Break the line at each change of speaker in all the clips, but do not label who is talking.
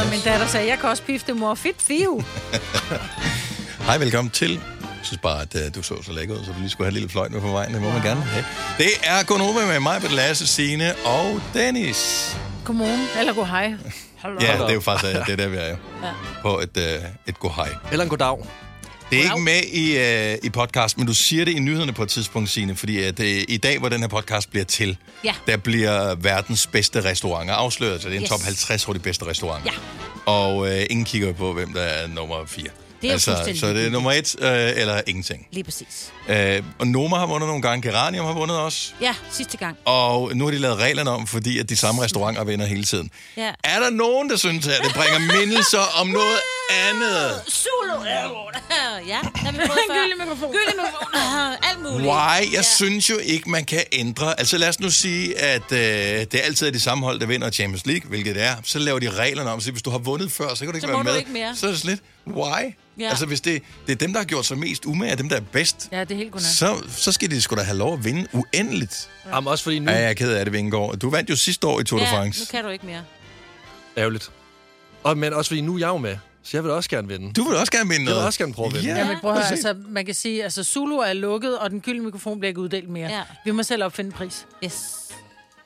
Som min datter sagde, jeg kan også pifte mor. Fit fiu.
Hej, velkommen til. Jeg synes bare, at øh, du så så lækker ud, så du lige skulle have en lille fløjt med på vejen. Det må man gerne have. Det er Gunova med mig, Peter Lasse, Signe og Dennis.
Godmorgen. Eller god hej. Hallo.
Ja, det er jo faktisk øh, det er der, vi er jo.
Ja.
På et, øh, et god hej.
Eller en goddag.
Det er ikke med i, øh, i podcast, men du siger det i nyhederne på et tidspunkt, Signe, fordi at, øh, i dag, hvor den her podcast bliver til,
Ja.
der bliver verdens bedste restauranter afsløret, så det er en
Yes.
top 50 over de bedste restauranter.
Ja.
Og øh, ingen kigger på, hvem der er nummer 4.
Det er jo fuldstændig
så det er
ligegyldigt.
nummer et øh, eller ingenting.
Lige præcis.
Øh, og Noma har vundet nogle gange, Geranium har vundet også.
Ja, sidste gang.
Og nu har de lavet reglerne om, fordi at de samme restauranter vinder hele tiden.
Ja.
Er der nogen, der synes, at det bringer mindelser om noget andet?
Solo. Ja, der vi prøvet før. Gyldig mikrofon. Gyldig mikrofon. Alt muligt.
Why? Jeg ja. synes jo ikke, man kan ændre. Altså lad os nu sige, at øh, det er altid de samme hold, der vinder Champions League, hvilket det er. Så laver de reglerne om, så hvis du har vundet før, så kan du ikke
Så
være
må du
med.
ikke mere.
Så er det sådan lidt, why?
Ja.
Altså hvis det, det er dem, der har gjort sig mest umage, dem, der er bedst,
Ja, det er helt godnat.
så, så skal de sgu da have lov at vinde uendeligt.
Ja. Jamen, også fordi nu...
Ja,
Ja,
jeg
ja.
er ked af det, Vingegaard. Du vandt jo sidste år i Tour de
Ja,
France.
nu kan du ikke mere.
Ærgerligt. Og, men også fordi nu er jeg jo med, så jeg vil også gerne vinde.
Du vil også gerne vinde
Jeg
noget.
vil også gerne prøve at vinde.
Ja.
Ja, men prøv at høre,
præcis.
altså, man kan sige, altså Zulu er lukket, og den gyldne mikrofon bliver ikke uddelt mere.
Ja.
Ja. Vi må selv opfinde en pris.
Yes.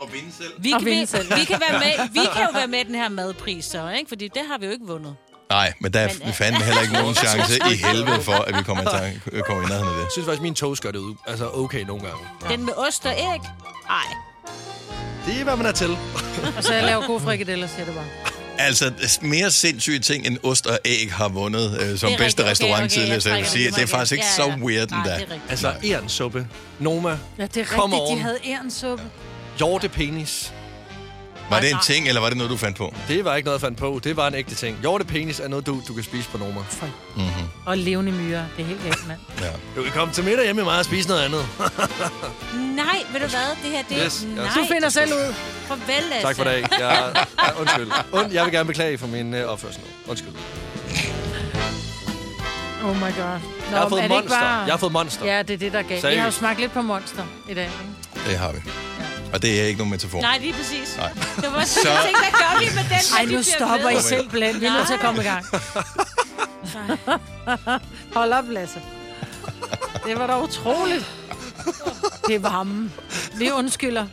Og vinde selv.
Vi
Og
kan,
vinde
vi,
selv.
vi, kan være med, vi kan jo være med i den her madpris så, ikke? Fordi det har vi jo ikke vundet.
Nej, men der er
Men, øh,
fandme heller ikke nogen chance i helvede for, at vi kommer i, tanke, kommer i nærheden af det.
Jeg synes faktisk, min toast gør det ud. Altså, okay nogle gange.
Den med ost og æg? Nej.
Det er, hvad man er til.
Og så jeg laver
Mm.
gode frikadeller, siger det bare.
Altså, mere sindssyge ting end ost og æg har vundet øh, som
Det er rigtigt.
bedste
Okay,
restaurant
okay, jeg
tidligere, så jeg vil
trækker
sige,
den
at det er
tilbage.
faktisk ikke
Ja,
så
ja.
weird
Nej,
endda.
det er rigtigt.
Altså, ærensuppe. Noma.
Ja, det er rigtigt,
Come on.
de havde ærensuppe.
Hjortepenis.
Var det en ting, eller var det noget, du fandt på?
Det var ikke noget, jeg fandt på. Det var en ægte ting. Hjortepenis er noget, du, du kan spise på Noma. Mhm.
Og levende myrer, det er helt galt, mand.
Ja.
Du kan komme til middag hjemme med mig og spise noget andet.
Nej, ved du hvad? Det her, det er...
Yes, yes.
Nej,
Du finder selv ud.
farvel, Lasse.
tak for dag. Jeg, jeg, undskyld. Und, jeg vil gerne beklage for min øh, opførsel. Undskyld.
Oh my god. Nå,
Jeg har
men er
fået
det ikke
monster.
bare-
Jeg har fået monster.
Ja, det er det, der er galt. Jeg har jo
Seriøst.
smagt lidt på monster i dag. Ikke?
Det har vi. Og det er ikke nogen metafor.
Nej, lige præcis.
Nej.
Det var sådan,
Så-
jeg tænkte, hvad gør vi med den?
Ej,
når
nu
de bliver
stopper I
ved?
selv blandt. Vi er nødt til at komme i gang. Hold op, Lasse. Det var da utroligt. Det er varmen. Vi undskylder.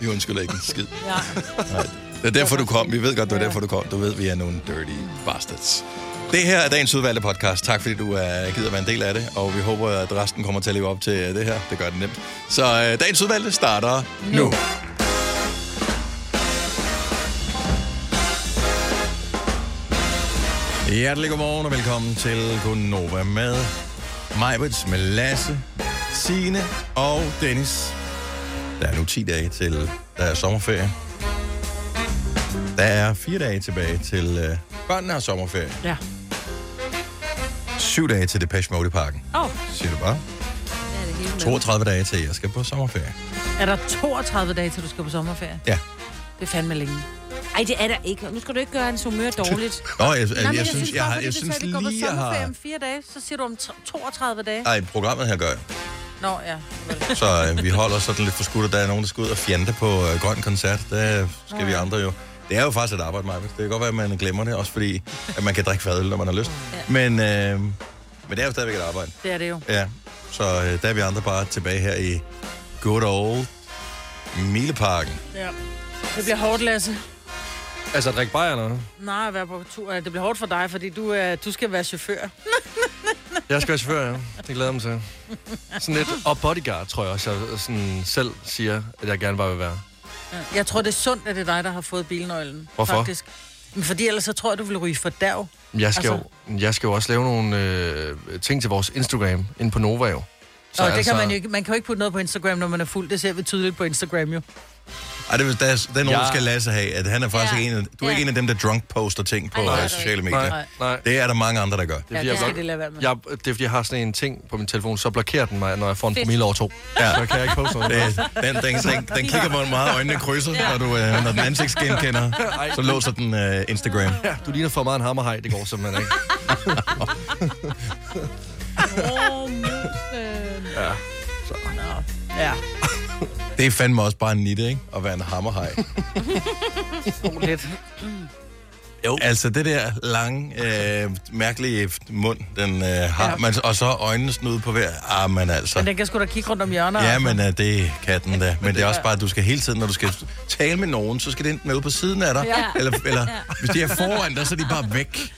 Vi undskylder ikke en skid.
Ja.
Det er derfor, du kom. Vi ved godt, det var derfor, du kom. Du ved, vi er nogle dirty bastards. Det her er dagens udvalgte podcast. Tak fordi du er gider være en del af det, og vi håber, at resten kommer til at leve op til øh, det her. Det gør det nemt. Så øh, dagens udvalgte starter nu. nu. Hjertelig godmorgen og velkommen til Gunova med Majbrits, med Lasse, Signe og Dennis. Der er nu 10 dage til, der er sommerferie. Der er 4 dage tilbage til øh, børnene har sommerferie.
Ja.
7 dage til Depeche Mode i parken.
Åh, oh,
Siger du bare.
Ja, det er helt med.
32 dage til, jeg skal på sommerferie.
er der 32 dage, til du skal på sommerferie?
Ja.
Det er fandme længe.
Ej, det er der ikke. Nu skal du ikke gøre hans humør dårligt.
Nå, jeg, jeg, jeg, jeg synes, jeg, har, jeg synes lige, jeg har...
om fire dage, så siger du om 32 dage.
Ej, programmet her gør jeg.
Nå, ja.
Så øh, vi holder sådan lidt for skudt, og der er nogen, der skal ud og fjante på øh, Grøn Koncert. Der skal vi andre jo. Det er jo faktisk et arbejde, Maja. Det kan godt være, at man glemmer det, også fordi at man kan drikke fadøl, når man har lyst. Men, øh, men det er jo stadigvæk et arbejde.
Det er det jo.
Ja, så øh, der er vi andre bare tilbage her i good old Mileparken.
Ja. Det bliver hårdt, Lasse.
Altså, drik bajer eller noget.
Nej, at være på tur. Det bliver hårdt for dig, fordi du, er, du skal være chauffør.
Jeg skal være chauffør, ja. Det glæder jeg mig til. Sådan lidt, og bodyguard, tror jeg også, jeg sådan selv siger, at jeg gerne bare vil være.
Mm. Jeg tror, det er sundt, at det er dig, der har fået bilnøglen.
Hvorfor?
Faktisk. Men fordi ellers så tror jeg, du vil ryge for dag.
Men Jeg skal,
Altså-
altså... jo, jeg skal jo også lave nogle øh, ting til vores Instagram inde på Nova, jo.
Så og det altså... kan man jo ikke. Man kan jo ikke putte noget på Instagram, når man er fuld. Det ser vi tydeligt på Instagram jo.
Ej, det, er- der, er, der er nogen,
Ja.
der skal lade sig have, at han er faktisk
Ja.
ikke en af, du er
Ja.
ikke en af dem, der drunk poster ting på
Ej, det er
Ej,
du
sociale medier.
Nej, nej.
Det er der mange andre, der gør.
Det er, fordi,
Ja, det
jeg,
skal
blok-
det lade være med.
jeg, det er fordi, jeg har sådan en ting på min telefon, så blokerer den mig, når jeg får en
Fedt.
promille over to. Ja. Så kan jeg ikke poste noget.
Det, Øh, den, den, den, den kigger på en meget, øjnene krydser, når, du, øh, når den ansigtsgenkender. Så låser den øh, Instagram.
Ja, du ligner for meget en hammerhej, det går simpelthen ikke.
øh.
Ja.
Det er fandme også bare en nitte, ikke? At være en hammerhaj.
Lidt.
Jo.
Altså det der lange, øh, mærkelige mund, den øh, har,
Ja.
ja. man, og så øjnene snudt på hver. Ah, men altså.
Men den kan sgu da kigge rundt om hjørner.
Ja, men øh, det kan den da. Men det er også bare, at du skal hele tiden, når du skal tale med nogen, så skal det enten være ude på siden af dig,
Ja.
eller, eller hvis de er foran dig, så er de bare væk.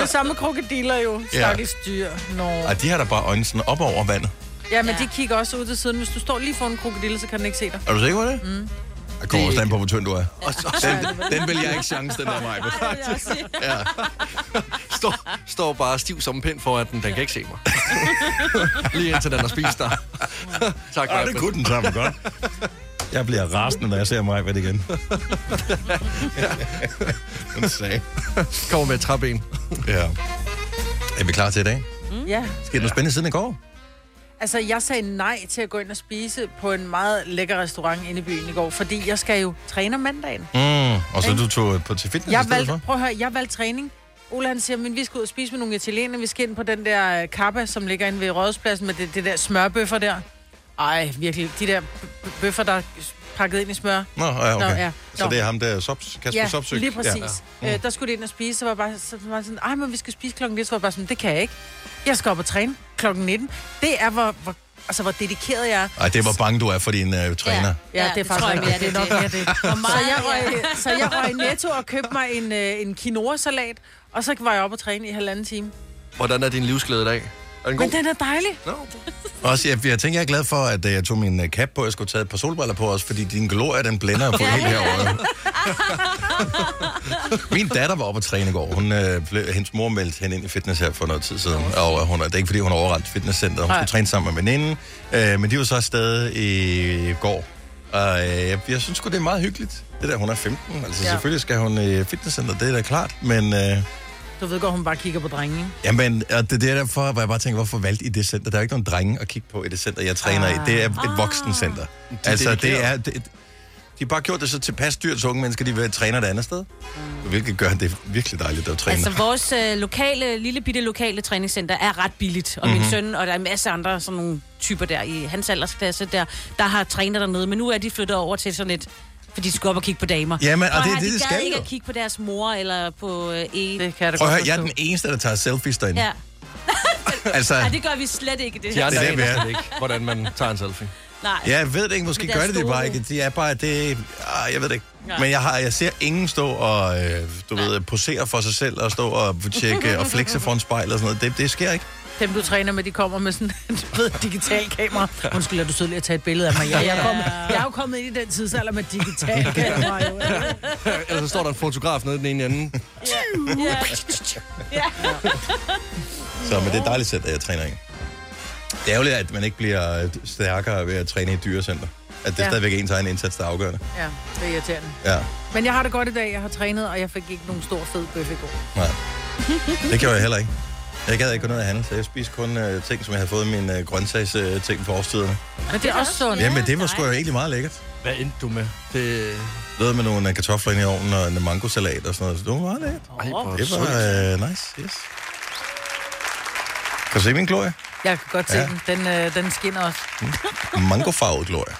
Det samme krokodiller jo.
Ja.
Stakkels dyr. Nå.
Og de har da bare øjnene sådan op over vandet.
Ja, men de kigger også ud til siden. Hvis du står lige foran en krokodille, så kan den ikke se dig.
Er du sikker på det? Mm. Jeg kommer også an på, hvor tynd du er.
Og så
Den, den vil jeg ikke chance, den der mig.
står, står bare stiv som en pind foran den. Den kan ikke se mig. Lige indtil den har spist dig. tak,
Ja, det kunne den sammen godt. Jeg bliver rasende, når jeg ser mig ved det igen. Den sag.
Kommer med et træben.
Ja. Er vi klar til i dag?
Ja.
Skal det noget spændende siden i går?
Altså, jeg sagde nej til at gå ind og spise på en meget lækker restaurant inde i byen i går, fordi jeg skal jo træne om mandagen.
Mm. Og så du tog på til fitness Altså, i
Jeg
stedet
valgte,
for?
prøv at høre, jeg valgte træning. Ola han siger, men vi skal ud og spise med nogle italiener. Vi skal ind på den der øh, kappa, som ligger inde ved Rådhuspladsen med det, det der smørbøffer der. Ej, virkelig. De der b- b- bøffer, der er pakket ind i smør.
Nå, ja, okay.
Nå, ja.
Så
Nå.
det er ham der, Sops, Kasper
ja,
Sopsø?
lige præcis. Ja. Øh, der skulle de ind og spise, så var jeg bare, så var jeg sådan, ej, men vi skal spise klokken 19. Så var jeg bare sådan, det kan jeg ikke. Jeg skal op og træne klokken 19. Det er, hvor, hvor, altså, hvor dedikeret jeg er.
Ej, det var bange, du er for din øh, træner.
Ja, det er faktisk
tror jeg,
rigtigt.
mere,
Det er nok
det.
mere det.
Hvor
Så
meget
jeg
er det?
røg, så jeg røg i Netto og købte mig en, øh, en quinoa-salat, og så var jeg oppe og træne i halvanden time.
Hvordan er din livsglæde i dag? Er den god?
Men den er dejlig.
Nå,
Også, jeg, jeg tænker, jeg er glad for, at øh, jeg tog min øh, cap på, jeg skulle tage et par solbriller på også, fordi din glorie, den blænder på helt herovre. min datter var oppe at træne i går. Hun, øh, blev, hendes mor meldte hende ind i fitness her for noget tid siden. Og øh, hun, er- det er ikke, fordi hun er overrendt fitnesscenteret. Hun
Nej.
skulle træne sammen med veninden. Øh, men de var så afsted i går. Og øh, jeg, jeg synes sgu, det er meget hyggeligt. Det der, hun er 15. Altså,
Ja.
ja. selvfølgelig skal hun i øh, fitnesscenteret, det er da klart. Men... Øh,
Du ved godt, hun bare kigger på drenge. ikke?
Jamen, og det, det er derfor, hvor jeg bare tænker, hvorfor valgte I det center? Der er jo ikke nogen drenge at kigge på i det center, jeg træner ah. i. Det er et voksencenter. Ah. Altså, det er...
dedikerede.
Det, de har bare gjort det så tilpas dyrt, så unge mennesker, de vil træne et andet sted. Hvilket gør det virkelig dejligt at træne.
Mm. Altså,
Altså,
vores øh, lokale, lille bitte lokale træningscenter er ret billigt. Og mm-hmm.
Mhm.
min søn, og der er en masse andre sådan nogle typer der i hans aldersklasse, der, der har træner dernede. Men nu er de flyttet over til sådan et for de skal op og kigge på damer.
Jamen, og
Prøv at
det er
høre,
det,
de
det
gad
skal
ikke
jo.
at kigge på deres mor eller på øh, E.
Det kan jeg da
Prøv at
godt
høre, jeg er
forstå.
den eneste, der tager selfies derinde.
Ja.
Altså,
Ej, det gør vi slet ikke i det
de
her.
andre
det, vi
aner
er.
slet ikke, hvordan man tager en selfie.
Nej.
ja, jeg ved det ikke, måske
Men det er
gør det det
store.
bare ikke. De er bare, det... Ah, jeg ved det ikke.
Nej.
Men jeg, har, jeg ser ingen stå og, øh, du ved, posere for sig selv og stå og tjekke og flexe foran spejlet og sådan noget. Det, det sker ikke.
Dem, du træner med, de kommer med sådan du ved, digital kamera. Undskyld, er du sød lige at tage et billede af mig? Ja, jeg, er kommet, jeg er jo kommet ind i den tidsalder med digital kamera. Jo.
Ellers så står der en fotograf nede i den ene ende.
Så, men det er dejligt sæt, at jeg træner i. Det er ærgerligt, at man ikke bliver øh, stærkere ved at træne i et dyrecenter. At det
Ja.
ja. stadigvæk er ens egen indsats, der er afgørende.
Ja, det er irriterende.
Ja,
Men jeg har det godt i dag. Jeg har trænet, og jeg fik ikke nogen stor fed bøf i går.
nej. Det gjorde jeg heller ikke. Jeg gad ikke gå ned og handle, så jeg spiste kun øh, ting, som jeg havde fået min øh, grøntsags øh, ting for årstiderne.
Men det er også sundt.
Ja,
Jamen, det var sgu
nej.
egentlig meget lækkert.
Hvad endte du med? Det...
Ved med nogle øh, kartofler ind i ovnen og en mangosalat og sådan noget. Så det var meget lækkert.
Ej, hvor
Det var
sundt.
øh, nice, yes. Kan du se min glorie?
Jeg kan godt se
Ja.
ja. den. Den, øh, den skinner også.
Mangofarvet glorie.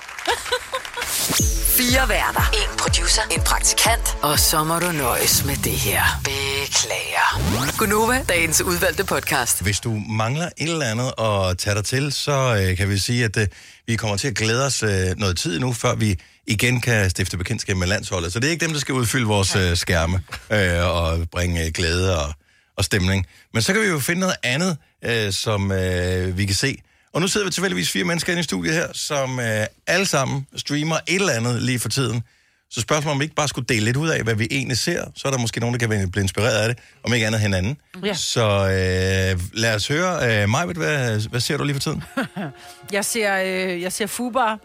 Fire værter. En producer. En praktikant. Og så må du nøjes med det her. Beklager. Gunova, dagens udvalgte podcast.
Hvis du mangler et eller andet at tage dig til, så øh, kan vi sige, at øh, vi kommer til at glæde os øh, noget tid nu, før vi igen kan stifte bekendtskab med landsholdet. Så det er ikke dem, der skal udfylde vores øh, skærme øh, og bringe øh, glæde og, og stemning. Men så kan vi jo finde noget andet, øh, som øh, vi kan se. Og nu sidder vi tilfældigvis fire mennesker inde i studiet her, som øh, alle sammen streamer et eller andet lige for tiden. Så spørgsmålet om vi ikke bare skulle dele lidt ud af, hvad vi egentlig ser, så er der måske nogen, der kan være- blive inspireret af det, om ikke andet hinanden.
Ja.
Så øh, lad os høre. Øh, Majbet, hvad, hvad ser du lige for tiden?
Øh, Jeg ser, øh, jeg ser Fubar.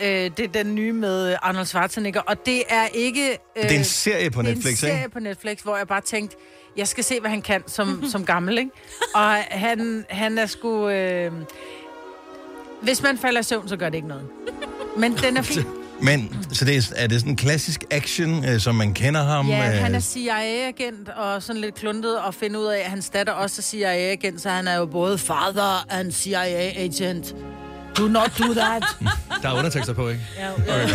Øh, det er den nye med øh, Arnold Schwarzenegger. Og det er ikke... Øh,
Det er en serie på
det er
Netflix,
en
ikke?
serie på Netflix, hvor jeg bare tænkte, jeg skal se, hvad han kan som, som gammel, ikke? Og han, han er sgu... Øh, hvis man falder i søvn, så gør det ikke noget. Men den er fin.
Men, så det er, er det sådan en klassisk action, øh, som man kender ham?
Ja,
øh,
han er CIA-agent og sådan lidt kluntet og finde ud af, at hans datter også er CIA-agent, så han er jo både father and CIA-agent. Do not do that.
Der er undertekster på, ikke?
ja, ja.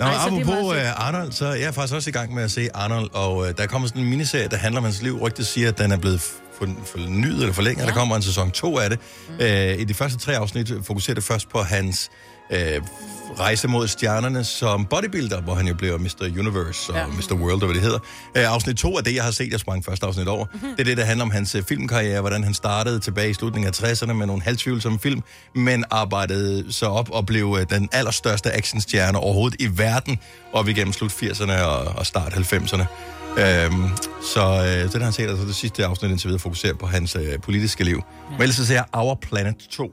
Nå,
Ej, så det er
apropos
meget
øh, Arnold, så jeg er faktisk også i gang med at se Arnold, og øh, der kommer sådan en miniserie, der handler om hans liv. Rygtet siger, at den er blevet for- fornyet eller forlænget, ja. der kommer en sæson 2 af det. Mm. Øh, I de første tre afsnit fokuserer det først på hans øh, rejse mod stjernerne som bodybuilder, hvor han jo bliver Mr. Universe og ja. Mr. World, og hvad det hedder. Øh, afsnit 2 er det, jeg har set, jeg sprang første afsnit over. Mm-hmm. Det er det, der handler om hans øh, filmkarriere, hvordan han startede tilbage i slutningen af 60'erne med nogle halvtvivlsomme film, men arbejdede sig op og blev øh, den allerstørste actionstjerne overhovedet i verden, og vi gennem slut 80'erne og, og start 90'erne. Øhm, så øh, den har jeg set, altså det sidste afsnit indtil videre fokuserer på hans øh, politiske liv. Ja. Men ellers så ser jeg Our Planet 2,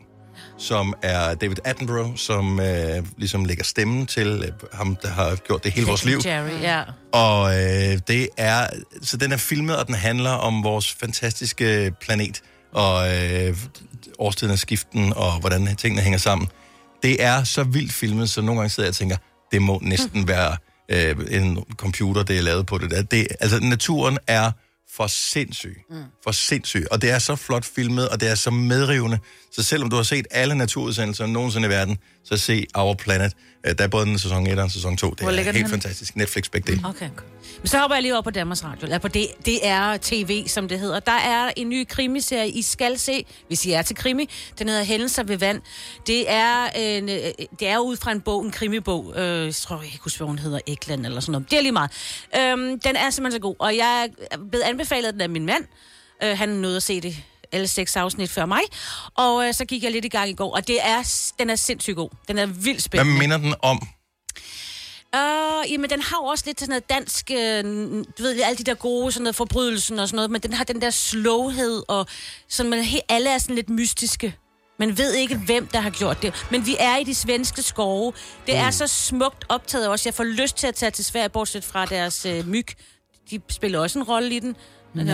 som er David Attenborough, som øh, ligesom lægger stemmen til øh, ham, der har gjort det hele vores liv.
Jerry, ja.
Og øh, det er, så den er filmet, og den handler om vores fantastiske planet, og øh, årstidens skiften, og hvordan tingene hænger sammen. Det er så vildt filmet, så nogle gange sidder jeg og tænker, det må
Mm.
næsten være øh, en computer, det er lavet på det der. Det, altså, naturen er for sindssyg. Mm. For sindssyg. Og det er så flot filmet, og det er så medrivende. Så selvom du har set alle naturudsendelser nogensinde i verden, så se Our Planet. Øh, Der er både en sæson 1 og en sæson 2. Det
Hvor
er
ligger
helt
den henne?
fantastisk. Netflix begge dele.
Okay. Men så hopper jeg lige op på Danmarks Radio, eller på det, det er TV, som det hedder. Der er en ny krimiserie, I skal se, hvis I er til krimi. Den hedder Hændelser ved vand. Det er, en, øh, det er ud fra en bog, en krimibog. Øh, jeg tror jeg ikke, husker, hvad hun hedder, Ekland eller sådan noget. Det er lige meget. Øhm, den er simpelthen så god, og jeg er blevet anbefalet den af min mand. Øh, han nåede at se det alle seks afsnit før mig. Og øh, så gik jeg lidt i gang i går, og det er, s- den er sindssygt god. Den er vildt
Hvad
spændende.
minder den om?
Øh, jamen, den har jo også lidt sådan noget dansk, øh, du ved, alle de der gode, sådan noget forbrydelsen og sådan noget, men den har den der slowhed, og sådan, man, he, alle er sådan lidt mystiske. Man ved ikke, hvem der har gjort det. Men vi er i de svenske skove. Det er så smukt optaget også. Jeg får lyst til at tage til Sverige, bortset fra deres øh, myg. De spiller også en rolle i den.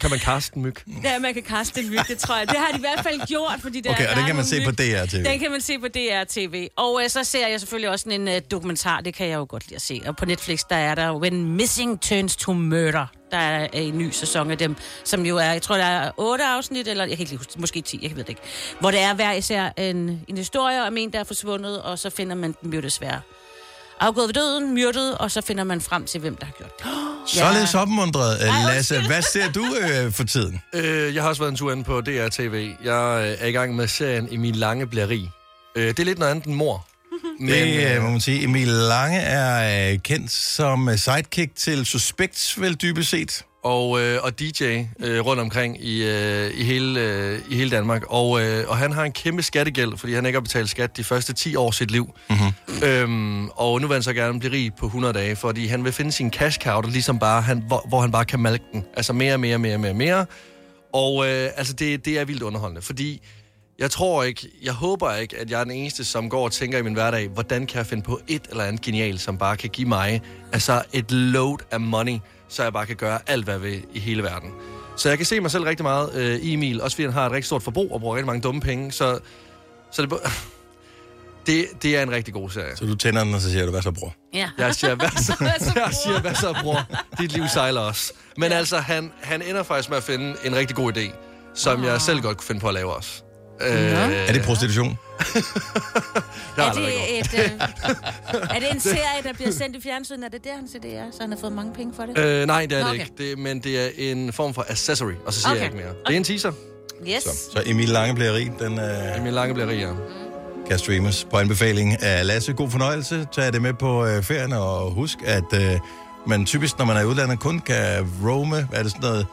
Kan man kaste en myg?
Ja, man kan kaste en myg, det tror jeg. Det har de i hvert fald gjort, fordi der,
Okay,
der
og
er
den kan man
nogle
se på
myg.
DR TV.
Den kan man se på DR-TV. Og øh, så ser jeg selvfølgelig også sådan en øh, dokumentar, det kan jeg jo godt lide at se. Og på Netflix, der er der When Missing Turns to Murder. Der er øh, en ny sæson af dem, som jo er, jeg tror, der er otte afsnit, eller jeg kan ikke lige huske, måske ti, jeg ved det ikke. Hvor det er hver især en, en historie om en, der er forsvundet, og så finder man dem jo desværre afgået ved døden, myrdet, og så finder man frem til, hvem der har gjort det.
Således opmundret, øh, Lasse. Hvad ser du øh, for tiden?
Øh, jeg har også været en tur inde på DRTV. Jeg øh, er i gang med serien Emil Lange bliver rig. Øh, det er lidt noget andet end mor. Men,
Det øh, må man sige. Emil Lange er øh, kendt som øh, sidekick til Suspects, vel dybest set.
og, øh, og DJ øh, rundt omkring i, øh, i, hele, øh, i hele Danmark. Og, øh, og han har en kæmpe skattegæld, fordi han ikke har betalt skat de første 10 år af sit liv. Mm-hmm. Øhm, og nu vil han så gerne blive rig på 100 dage, fordi han vil finde sin cash cow, der ligesom bare, han, hvor, hvor han bare kan malke den. Altså mere, mere, mere, mere, mere. Og øh, altså det, det er vildt underholdende, fordi jeg tror ikke, jeg håber ikke, at jeg er den eneste, som går og tænker i min hverdag, hvordan kan jeg finde på et eller andet genialt, som bare kan give mig altså et load af money, så jeg bare kan gøre alt, hvad jeg vil i hele verden. Så jeg kan se mig selv rigtig meget øh, i Emil, også fordi han har et rigtig stort forbrug og bruger rigtig mange dumme penge, så, så det, det, det er en rigtig god serie.
Så du tænder den, og så siger du, hvad så, bror?
Ja.
Jeg siger, hvad så,
så,
jeg siger, hvad så, bror? Dit liv sejler også. Men altså, han, han ender faktisk med at finde en rigtig god idé, som
Ah.
jeg selv godt kunne finde på at lave også. Øh,
Er det prostitution?
jeg har
Er
aldrig gjort.
det, et, øh, er det en serie, der bliver sendt i fjernsynet? Er det der, han siger, det er? Så han har fået mange penge for det?
Øh, nej, det er
Nå,
det
okay.
ikke. Det, men det er en form for accessory, og så siger okay.
Okay.
jeg ikke mere. Det er en teaser.
Yes.
Så Emil Lange bliver rig. Den øh,
Emil Lange bliver rigere.
kan streames på anbefaling af Lasse. God fornøjelse. Tag det med på øh, ferien, og husk, at øh, man typisk, når man er i udlandet, kun kan roame, hvad er det sådan noget,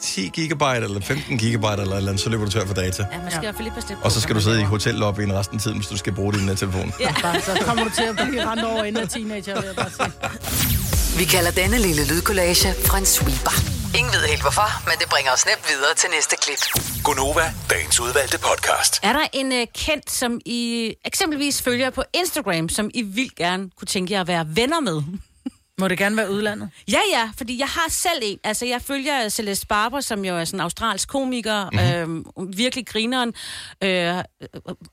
10 gigabyte eller 15 gigabyte eller et eller andet, så løber du tør for data.
Ja, man skal i hvert fald lige passe lidt på,
Og så skal
hvad
du
man
sidde i
laver.
hotellobbyen resten af tiden, hvis du skal bruge din øh, telefon.
Bare, så kommer du til at blive rendt over inden af teenager, vil jeg bare sige.
Vi kalder denne lille lydkollage en sweeper. Ingen ved helt hvorfor, men det bringer os nemt videre til næste klip.
Gunova, dagens udvalgte podcast.
Er der en øh, kendt, som I eksempelvis følger på Instagram, som I vildt gerne kunne tænke jer at være venner med?
Må det gerne være udlandet?
Ja, ja, fordi jeg har selv en. Altså, jeg følger Celeste Barber, som jo er sådan en australsk komiker,
Mhm.
mm-hmm. øh, virkelig grineren. Øh,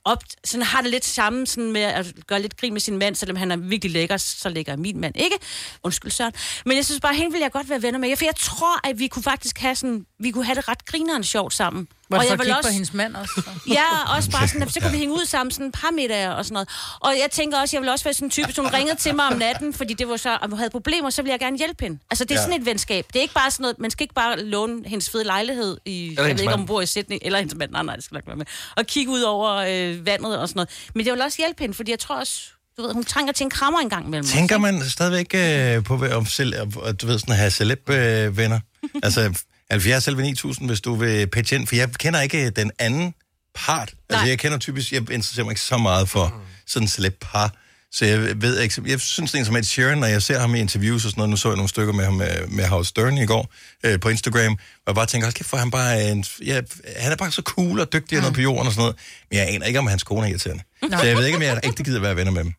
op, sådan har det lidt sammen sådan med at gøre lidt grin med sin mand, selvom han er virkelig lækker, så lækker min mand ikke. Undskyld, Søren. Men jeg synes bare, hende vil jeg godt være venner med. For jeg tror, at vi kunne faktisk have sådan, vi kunne have det ret grineren sjovt sammen.
Hvor og
Og
jeg
jeg
vil
vil
kigge
også-
på hendes mand også. så.
Ja, også bare sådan, at så kunne vi hænge ud sammen sådan et par middag og sådan noget. Og jeg tænker også, jeg vil også være sådan en type, som ringede til mig om natten, fordi det var så, at hun havde problemer, så ville jeg gerne hjælpe hende. Altså, det er
Ja.
ja. sådan et venskab. Det er ikke bare sådan noget, man skal ikke bare låne hendes fede lejlighed i, eller jeg
hendes
ved ikke,
mand.
om hun bor i Sydney, eller hendes mand, nej, nej, det skal nok være med, og kigge ud over øh, vandet og sådan noget. Men jeg vil også hjælpe hende, fordi jeg tror også, du ved, hun trænger til en krammer en gang imellem.
Tænker man stadigvæk øh, på at, selv, at du ved, sådan, at have celeb-venner? Øh, venner? altså 70 selv 9000, hvis du vil pitche ind, for jeg kender ikke øh, den anden part. Altså
Nej.
jeg kender typisk, jeg interesserer mig ikke så meget for sådan celeb-par. Så jeg ved ikke, jeg synes det er en som Ed Sheeran, når jeg ser ham i interviews og sådan noget, nu så jeg nogle stykker med ham øh, med Howard Stern i går øh, på Instagram, og jeg bare tænker, okay, for han bare er en, ja, han er bare så cool og dygtig og noget på jorden og sådan noget, men jeg aner ikke, om hans kone er irriterende. Så jeg ved ikke, om jeg rigtig gider være venner med dem.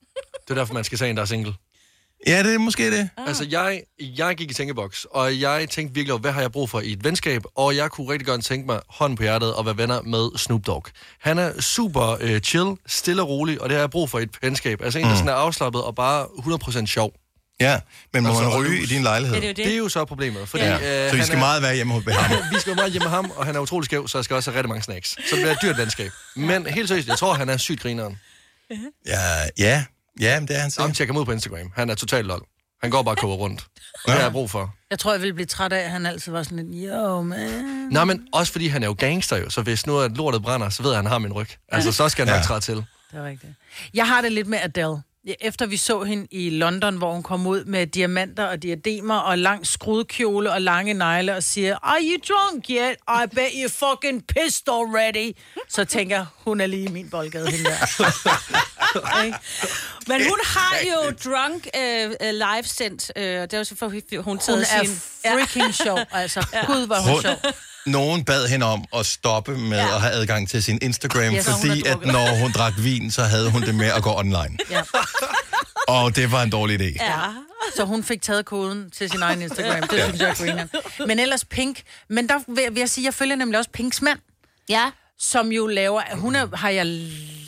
Det er derfor, man skal sige en, der er single.
Ja, det er måske det.
Ah.
Altså, jeg, jeg gik i tænkeboks, og jeg tænkte virkelig over, hvad har jeg brug for i et venskab? Og jeg kunne rigtig godt tænke mig hånden på hjertet og være venner med Snoop Dogg. Han er super øh, chill, stille og rolig, og det har jeg brug for i et venskab. Altså
Mm.
en, der sådan er afslappet og bare 100% sjov.
Ja, men må
Altså,
man
og
ryge i
lus.
din lejlighed?
Ja, det er jo
Det er
det.
jo så problemet, fordi
Ja.
øh,
Så vi
han
skal
er-
meget være hjemme hos ham.
vi skal jo meget hjemme med ham, og han er utrolig skæv, så jeg skal også have rigtig mange snacks. Så det bliver et dyrt venskab. Men helt seriøst, jeg tror, han er sygt grineren.
Ja, ja, ja men det er han
Om
sikkert.
tjekker ham ud på Instagram. Han er totalt lol. Han går bare og koger rundt. Det har jeg brug for.
Jeg tror, jeg ville blive træt af, at han altid var sådan lidt, yo, man.
Nej, Mm. men også fordi han er jo gangster jo, så hvis nu at lortet brænder, så ved jeg, at han har min ryg. Altså, så skal han nok
Ja.
træde til.
Det er rigtigt. Jeg har det lidt med Adele. Ja, Efter vi så hende i London, hvor hun kom ud med diamanter og diademer og lang skrudkjole og lange negle og siger, Are you drunk yet? I bet you fucking pissed already. Så tænker jeg, hun er lige i min boldgade, hende der. Ikke?
Men hun har jo drunk øh, øh, live sendt, øh, og det er jo så for, hun
Hun
tager
er
sin...
freaking sjov, altså. Gud, hvor er hun sjov.
Hun, nogen bad hende om at stoppe med ja. at have adgang til sin Instagram, ja,
Ja, så hun
fordi
har
at
drukket.
når hun drak vin, så havde hun det med at gå online.
Ja.
Og det var en dårlig idé. Ja.
Ja.
Så hun fik taget koden til sin egen Instagram. Det synes jeg er grineren. Men ellers Pink. Men der vil vil jeg sige, jeg følger nemlig også Pinks mand.
ja.
som jo laver, hun er, har jeg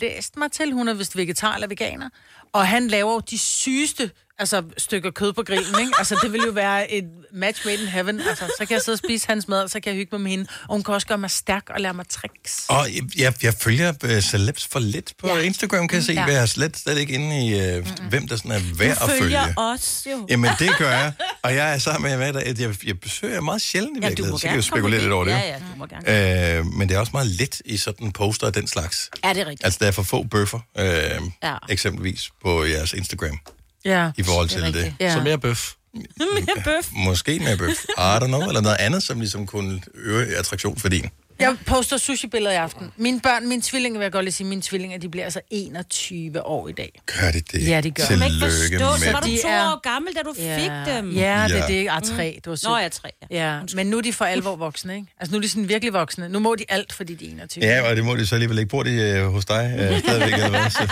læst mig til, hun er vist vegetar eller veganer, og han laver jo de sygeste altså, stykker kød på grillen, ikke? Altså, det vil jo være et match made in heaven. Altså, så kan jeg sidde og spise hans mad, og så kan jeg hygge mig med hende. Og hun kan også gøre mig stærk og lære mig tricks.
Og jeg, jeg følger øh, celebs for lidt på ja.
Ja.
Instagram, kan jeg se, ja.
Ja.
men jeg er slet, slet ikke inde i, øh, hvem der sådan er værd at følge.
Følger os jo.
Jamen, det gør jeg. Og jeg er sammen med jer hver dag. Jeg, jeg besøger meget sjældent i
Ja, du
virkeligheden,
må
så kan jeg jo
gerne
spekulere lidt over det. jo.
Ja, ja, du må gerne.
Øh, men det er også meget lidt i sådan poster af den slags.
Ja, det er rigtigt.
Altså, der er for få bøffer, øh, ja.
Ja.
eksempelvis på jeres Instagram,
Ja.
i forhold til
Det er
det. det.
rigtigt.
Ja.
Så mere bøf.
Mere bøf.
Måske med bøf, I don't know, eller noget andet, som ligesom kunne øge attraktion for din.
Jeg poster sushi-billeder i aften. Mine børn, mine tvillinger, vil jeg godt lige sige, mine tvillinger, de bliver altså 21 år i dag.
Gør det det?
Ja, det gør.
Man ikke
Tillykke
forstå, så var du
med
det.
to
De er-
år gammel, da du fik dem.
Ja, det
Ja.
er det. Ah, tre. Det var sygt.
Nå, jeg er tre. Ja.
Ja, men nu er de for alvor voksne, ikke? Altså, nu er de sådan virkelig voksne. Nu må de alt, fordi de er 21.
Ja, og det må de så alligevel ikke. Bor de øh, hos dig øh, stadigvæk, eller hvad? Så,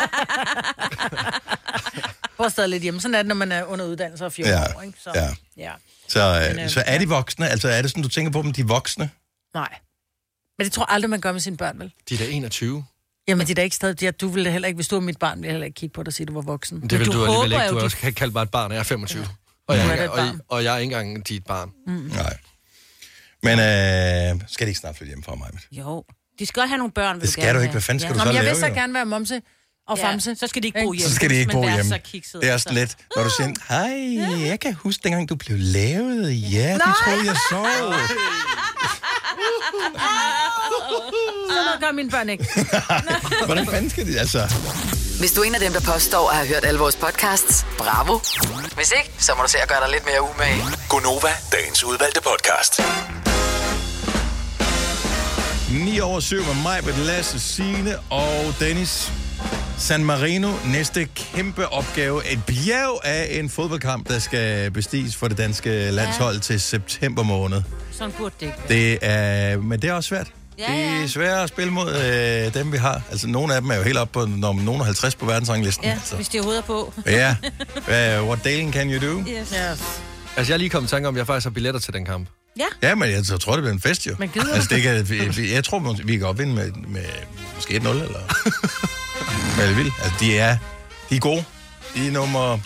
bor stadig lidt hjemme. Sådan er det, når man er under uddannelse og 14
Ja,
år, ikke? Så,
ja.
ja.
så, øh,
øh,
så er de voksne? Altså, er det sådan, du tænker på dem, de er voksne?
Nej. Men det tror jeg aldrig, man gør med sine børn, vel?
De er da 21.
Jamen, de er da ikke stadig... Ja, du ville da heller ikke, hvis du var mit barn, ville jeg heller ikke kigge på dig og sige, du var voksen.
Det vil
du
du, du alligevel
håber
ikke. Du
jo,
er
de-
også kan kalde bare et barn, og jeg er 25. Og jeg,
Du
er
er
ikke,
da et
og,
barn.
og jeg er ikke engang dit barn.
Mm. Nej. Men øh, skal de ikke snart flytte hjem fra mig?
Jo. De skal godt have nogle børn, vil
Det skal du ikke. Hvad fanden skal du så
Nå, men jeg
lave?
vil så
jo?
gerne være momse og ja. famse.
Så skal de ikke bo hjemme.
så skal de ikke
Men
bo
være
hjemme.
så altså. Ah! kiksede,
Det er sådan lidt, når du siger, hej, jeg kan huske dengang, du blev lavet. Ja, du troede, jeg sov.
Sådan noget gør mine børn ikke.
Hvordan fanden skal de, altså?
Hvis du er en af dem, der påstår at have hørt alle vores podcasts, bravo. Hvis ikke, så må du se at gøre dig lidt mere umage.
Gonova, dagens udvalgte podcast.
9 over 7 med mig, med Lasse, Signe og Dennis. San Marino, næste kæmpe opgave. Et bjerg af en fodboldkamp, der skal bestiges for det danske landshold til september måned.
Sådan burde det ikke.
Det
være.
er, men det er også svært.
Ja,
Det er
ja.
svært at spille mod øh, dem, vi har. Altså, nogle af dem er jo helt oppe på, når nogen er 50 på verdensranglisten.
Ja,
altså.
hvis de overhovedet er på.
Ja. Uh, what dating can you do?
Yes.
Yes.
Altså, jeg er lige kommet i tanke om, at jeg faktisk har billetter til den kamp.
Ja.
Ja, men jeg tror, det bliver en fest, jo.
Men gider
altså, det kan, vi- vi- Jeg tror, vi vi kan opvinde med, med måske 1-0, eller hvad det vil. Altså, de er, de er gode. De er nummer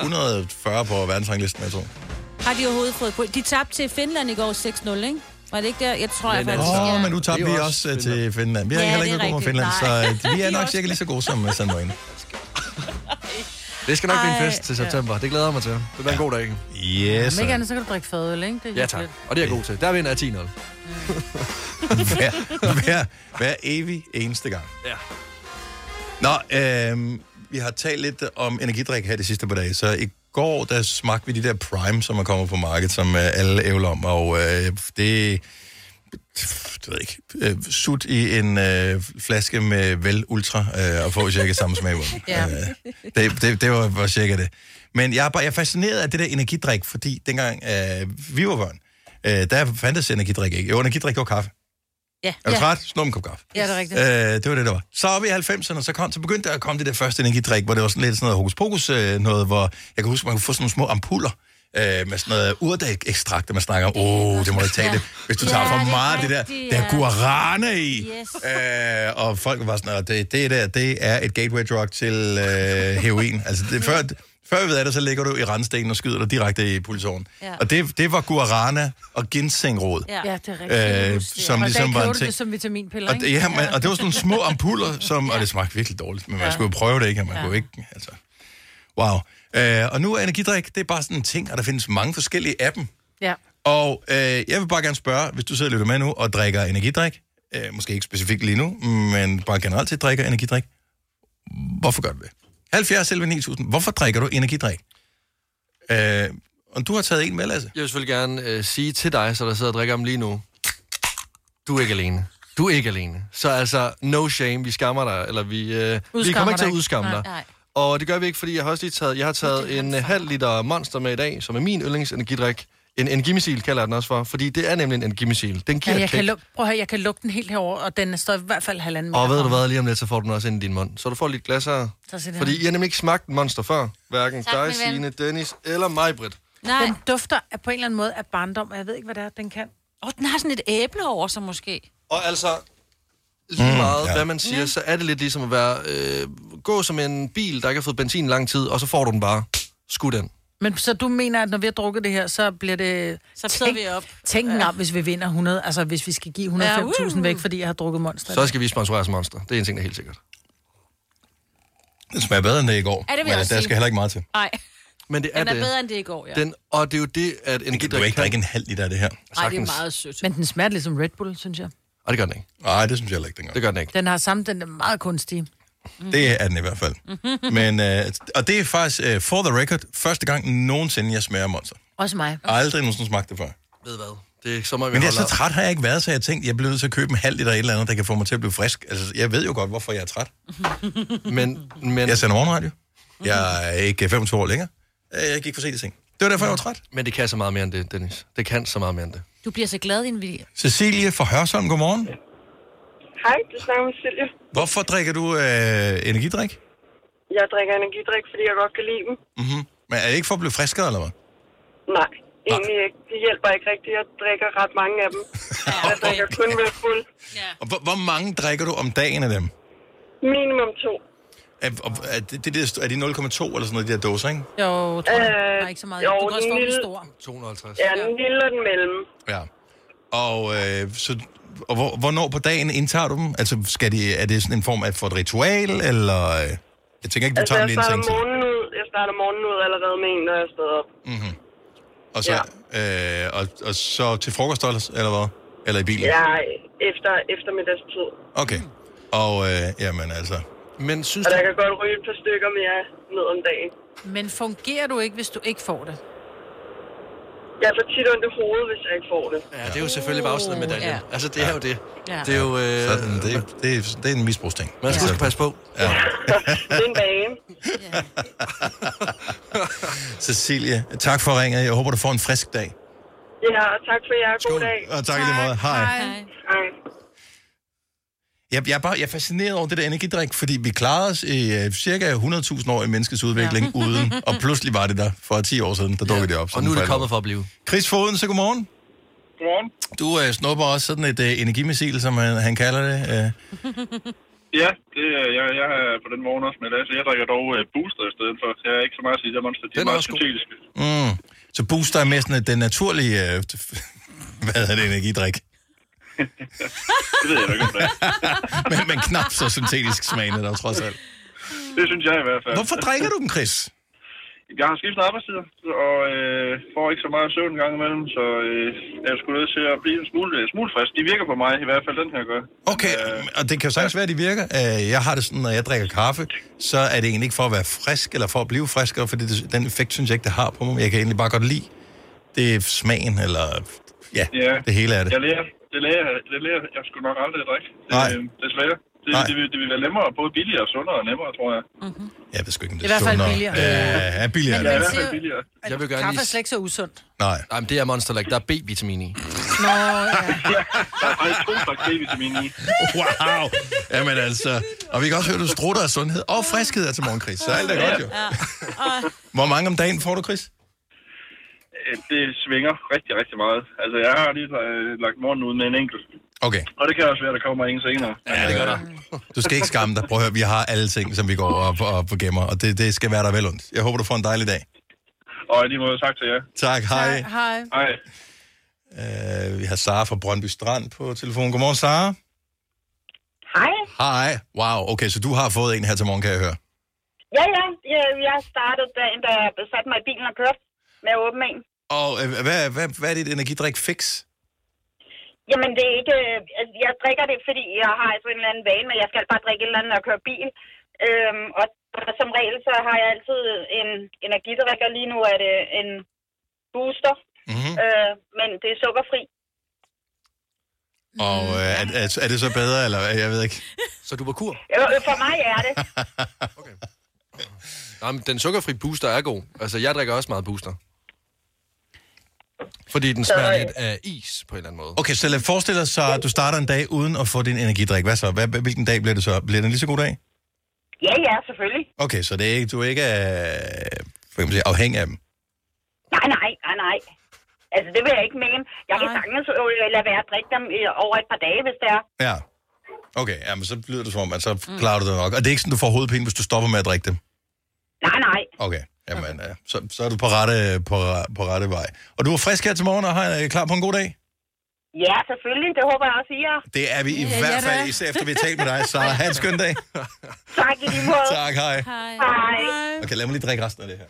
140 på verdensranglisten, jeg tror.
Har de overhovedet fået på? De tabte til Finland i går 6-0, ikke? Var det ikke der? Jeg tror, jeg
Men
faktisk...
altså-
ja.
Åh, men nu
Det
tabte
er
vi
jo også
også øh,
Finland.
til Finland. Vi har
Ja,
heller
det
ikke
er
nogen fra Finland,
rigtigt.
så øh, vi er
De er
nok
også-
cirka lige så gode som øh, San Marino.
Det skal nok blive en
Ej.
fest til september. Det glæder jeg mig til. Det bliver en god dag.
Yes,
Om ikke andet, så kan du drikke fadøl, ikke? Det er
Ja, tak.
hyggeligt.
Og det er jeg god til. Der vinder jeg 10-0.
hver, hver, hver evig eneste gang.
Ja.
Nå, øh, vi har talt lidt om energidrik her de sidste par dage, så i går, der smagte vi de der Prime, som er kommet på markedet, som øh, alle ævler om, og øh, det det ved jeg ikke, øh, sut i en øh, flaske med vel ultra, øh, og få cirka samme smag. ja.
Ja.
øh, det, det, det var, var cirka det. Men jeg er, bare, jeg er fascineret af det der energidrik, fordi dengang øh, vi var børn, øh, der fandtes energidrik ikke. Jo, energidrik var kaffe.
Ja.
Er du
Ja.
træt? Slå en kop kaffe.
Ja, det er rigtigt.
Øh, det var det, der var. Så op i 90'erne, så, kom, så begyndte der at komme det der første energidrik, hvor det var sådan lidt sådan noget hokus pokus øh, noget, hvor jeg kan huske, man kunne få sådan nogle små ampuller øh, med sådan noget urdækekstrakt, og man snakker om, åh, oh, det må jeg tage det. Hvis du
Ja,
tager for
det er
meget af det der,
rigtigt,
der er
ja.
guarane i.
Yes.
Øh, og folk var sådan, "Nå, det, det der, det er et gateway drug til øh, heroin. Altså, det, før, før vi ved af det, så ligger du i randstenen og skyder dig direkte i pulsåren. Ja.
Ja.
Og det, det var guarana og ginsengrod.
Ja.
Ja,
ja.
det er rigtigt.
Øh, som
og
ligesom
der
var en
gjorde du
ting.
det som vitaminpiller,
Og, det-
ikke?
ja, man, og det var sådan nogle små ampuller, som, og det smagte virkelig dårligt, men man skulle jo prøve det ikke, og man ja. kunne ikke, altså, wow. Øh, og nu er energidrik, det er bare sådan en ting, og der findes mange forskellige af dem.
Ja.
Og øh, jeg vil bare gerne spørge, hvis du sidder og lytter med nu og drikker energidrik, øh, måske ikke specifikt lige nu, men bare generelt set drikker energidrik, hvorfor gør du det? 70 selv 9000, hvorfor drikker du energidrik? Øh, og du har taget en med, Lasse.
Jeg vil selvfølgelig gerne øh, sige til dig, så der sidder og drikker om lige nu. Du er ikke alene. Du er ikke alene. Så altså, no shame. Vi skammer dig. Eller vi, øh, vi kommer
Udskammer
ikke til at
dig.
udskamme dig.
Nej.
Og det gør vi ikke, fordi jeg har også lige taget, jeg har taget en øh, halv liter monster med i dag, som er min yndlingsenergidrik. En energimissil kalder jeg den også for, fordi det er nemlig en energimissil. Den giver
Ja,
ja,
jeg
et
kan
kick.
luk, prøv at høre, jeg kan lukke den helt herover, og den står i hvert fald halvanden meter.
Og ved du
fra mig.
hvad, lige om lidt, så får du den også ind i din mund. Så du får lidt glas her.
Så siger det
Fordi
her.
I har nemlig ikke smagt en monster før. Hverken
Tak,
dig,
min ven.
Signe, Dennis eller mig, Britt.
Nej.
Den dufter af, på en eller anden måde af barndom, og jeg ved ikke, hvad det er, den kan.
Åh, oh, den har sådan et æble over sig måske.
Og altså, lige meget,
Mm, ja.
hvad man siger, så er det lidt ligesom at være, øh, gå som en bil, der ikke har fået benzin i lang tid, og så får du den bare. Skud den.
Men så du mener, at når vi har drukket det her, så bliver det...
Så sidder vi op.
Tænk ja. engang, hvis vi vinder 100, altså hvis vi skal give 105.000 ja,
Ja, uh.
væk, fordi jeg har drukket monster.
Så skal vi sponsorere som monster. Det er en ting, der er helt sikkert.
Den smager bedre end det i går,
Ja, det vil jeg
men der
også sige.
skal heller ikke meget til.
Nej,
Men det er,
den er
det.
bedre end det i går, ja.
Den, og det er jo det, at en
Du kan ikke drikke en halv liter af det her.
Nej, det er
sagtens.
meget sødt.
Men den smager lidt som Red Bull, synes jeg.
Og det gør den ikke.
Nej, det synes jeg heller ikke, den gør.
Det gør den ikke.
Den har samme, den er meget kunstig.
Mm-hmm. Det er den i hvert fald.
Mm-hmm.
Men, øh, og det er faktisk, øh, for the record, første gang nogensinde, jeg smager monster.
Også mig.
Aldrig nogensinde smagt det før.
Ved hvad? Det er så meget, vi
Men jeg er
holder
så træt, har jeg ikke været, så jeg tænkte, jeg bliver nødt til at købe en halv liter af et eller andet, der kan få mig til at blive frisk. Altså, jeg ved jo godt, hvorfor jeg er træt.
Mm-hmm.
op. Men, men,
Jeg sender morgenradio. Jeg er ikke 25 år længere. Øh, Jeg gik for sent i seng. Det var derfor, jeg var træt.
men det kan så meget mere end det, Dennis. Det kan så meget mere end det.
Du bliver så glad, din vilje.
Cecilie fra Hørsholm, godmorgen.
Hej, du snakker med Silje.
Hvorfor drikker du øh, energidrik?
Jeg drikker energidrik, fordi jeg godt kan lide dem.
Mm-hmm. Men er det ikke for at blive friskere, eller hvad?
Nej, egentlig ikke. Det hjælper ikke rigtigt. Jeg drikker ret mange af dem.
Ah,
Jeg drikker kun ved fuld.
Og hvor, hvor mange drikker du om dagen af dem?
Minimum to.
Er, og- er, det, det, der- er de 0,2 eller sådan noget, de der dåser, ikke?
Jo, tror jeg.
Øh,
Nej, ikke så meget.
jo,
du kan også
den
få den
lille-
stor.
250.
Ja, den lille og den mellem.
Ja. Og, øh, så, og hvor, hvornår på dagen indtager du dem? Altså, skal de, er det sådan en form af for et ritual, eller... øh, Jeg tænker ikke, du
Altså,
tager
jeg
dem lige en
starter,
seng til.
morgenen ud, jeg starter morgenen ud allerede med en, når jeg står op.
Og så, øh, og, og så til frokost, eller eller hvad? Eller i bilen?
Ja, efter eftermiddagstid.
Okay. Og, øh, jamen altså...
Men synes
Og
du...
der kan godt ryge et par stykker mere ned om dagen.
Men fungerer du ikke, hvis du ikke får det?
Jeg får tit ondt i hovedet, hvis jeg ikke får det.
Ja, det er jo selvfølgelig bagsiden af medaljen.
Ja.
Altså, det er jo det.
Ja.
Det er jo... Øh,
Sådan, det, det, det, er- det er en misbrugsting. Altså,
man skal huske at passe på.
Det er en bane.
Cecilie, tak for ringet. Jeg håber, du får en frisk dag.
Ja, og tak for jer. God dag.
Og tak, i lige måde. Hej.
Nej.
Hej.
Jeg, jeg, er bare, jeg er fascineret over det der energidrik, fordi vi klarede os i uh, cirka 100.000 år i menneskets udvikling ja. uden, og pludselig var det der for 10 år siden, der dukkede det op.
Og
sådan
nu er
for
det
alvor.
kommet for at blive.
Chris Foden, så godmorgen.
Godmorgen.
Du uh, snupper også sådan et uh, energimissil, som han, han kalder det. Uh,
Ja, det, øh, jeg, jeg er på den morgen også med Lasse. Jeg drikker dog øh, booster i stedet for. Jeg er ikke så meget at sige, at monster de
Den
er
er
meget
også god.
syntetiske.
mm. Så booster er mere sådan øh, den naturlige uh, Hvad er det energidrik?
Det ved jeg da ikke, om det er.
men, men knap så syntetisk smagende der trods alt.
Det synes jeg i hvert fald.
Hvorfor drikker du dem, Chris?
Jeg har skiftet arbejdstider, og øh, får ikke så meget søvn en gang imellem, så øh, jeg skulle nødt til at blive en smule, øh, smule frisk. De virker på mig, i hvert fald den her gør.
Okay,
Øh.
og det kan jo sagtens være, at de virker. Øh, Jeg har det sådan, når jeg drikker kaffe, så er det egentlig ikke for at være frisk, eller for at blive friskere, for den effekt synes jeg ikke, det har på mig. men Jeg kan egentlig bare godt lide det er smagen, eller ja,
Ja.
det hele er det.
Jeg lærer, det lærer, det lærer jeg skulle nok aldrig at drikke. Det,
Nej.
øh, Desværre. Det,
Nej.
det, vil, det vil være nemmere, både billigere, sundere og nemmere, tror jeg.
Jeg ved sgu ikke, om det
I
er
hvert fald
sundere.
billigere.
Ja, ja, billigere. er
Ja, i
det.
hvert fald billigere.
Jeg vil gerne
Altså, Kaffe er
lige...
slet ikke så usundt.
Nej.
Nej, men det er Monster Lager. Der er B-vitamin i.
Nå, ja.
Der er faktisk to slags D-vitamin i.
Wow! Jamen altså. Og vi kan også høre, at du strutter af sundhed og friskhed er til morgen, Chris. Så alt er godt jo. Hvor mange om dagen får du, Chris?
Øh, Det svinger rigtig, rigtig meget. Altså, jeg har lige øh, lagt morgenen ud med en enkelt.
Okay.
Og det kan også være, der kommer en senere.
Ja, det gør der. Du skal ikke skamme dig. Prøv at høre, vi har alle ting, som vi går op og på gemmer, og det, det skal være dig vel ondt. Jeg håber, du får en dejlig dag.
Og lige måde tak til jer.
Tak, hej.
hej.
Hej.
Øh, vi har Sara fra Brøndby Strand på telefonen. Godmorgen, Sara.
Hej.
Hej. Wow, okay, så du har fået en her til morgen, kan jeg høre.
Ja, ja. Jeg, jeg startede dagen, da jeg satte mig i bilen og kørte med at åbne en.
Og øh, hvad, hvad, hvad er dit energidrik fix?
Jamen, det er ikke... øh, altså, Jeg drikker det, fordi jeg har altså en eller anden vane, men jeg skal bare drikke et eller andet og køre bil. Øhm, og som regel, så har jeg altid en energidrikker. Lige nu er det en booster,
Mm-hmm.
øh, men det er sukkerfri.
Og øh, er, er, er det så bedre, eller hvad? jeg ved ikke?
Så du var kur.
Øh, For mig er det.
Nej, men den sukkerfri booster er god. Altså, jeg drikker også meget booster. Fordi den smager lidt
øh,
af is på en eller anden måde.
Okay, så lad forestille dig så, at du starter en dag uden at få din energidrik. Hvad så? Hvad, hvilken dag bliver det så? Bliver det en lige så god dag?
Ja, ja, selvfølgelig.
Okay, så det er ikke, du er ikke øh, for eksempel, afhængig af dem.
Nej, nej, nej, nej. Altså, det vil jeg ikke mene. Jeg kan
Nej.
sagtens øh, lade være at drikke dem øh, over et par dage, hvis det er.
Ja. Okay, ja, men så lyder det som om, at så klarer du det nok. Og det er ikke sådan, du får hovedpine, hvis du stopper med at drikke det.
Nej, nej.
Okay, jamen, øh, så, så er du på rette, på, ra- på rette vej. Og du er frisk her til morgen og har øh, klar på en god dag?
Ja, selvfølgelig. Det håber jeg også, I er.
Det er vi i
Ja, ja,
hvert
det er.
fald, især efter vi har talt med dig, Sara. Ha' en skøn dag.
Tak i lige måde.
Tak, hej.
Hej.
Hej.
Okay, lad mig lige drikke resten af det her.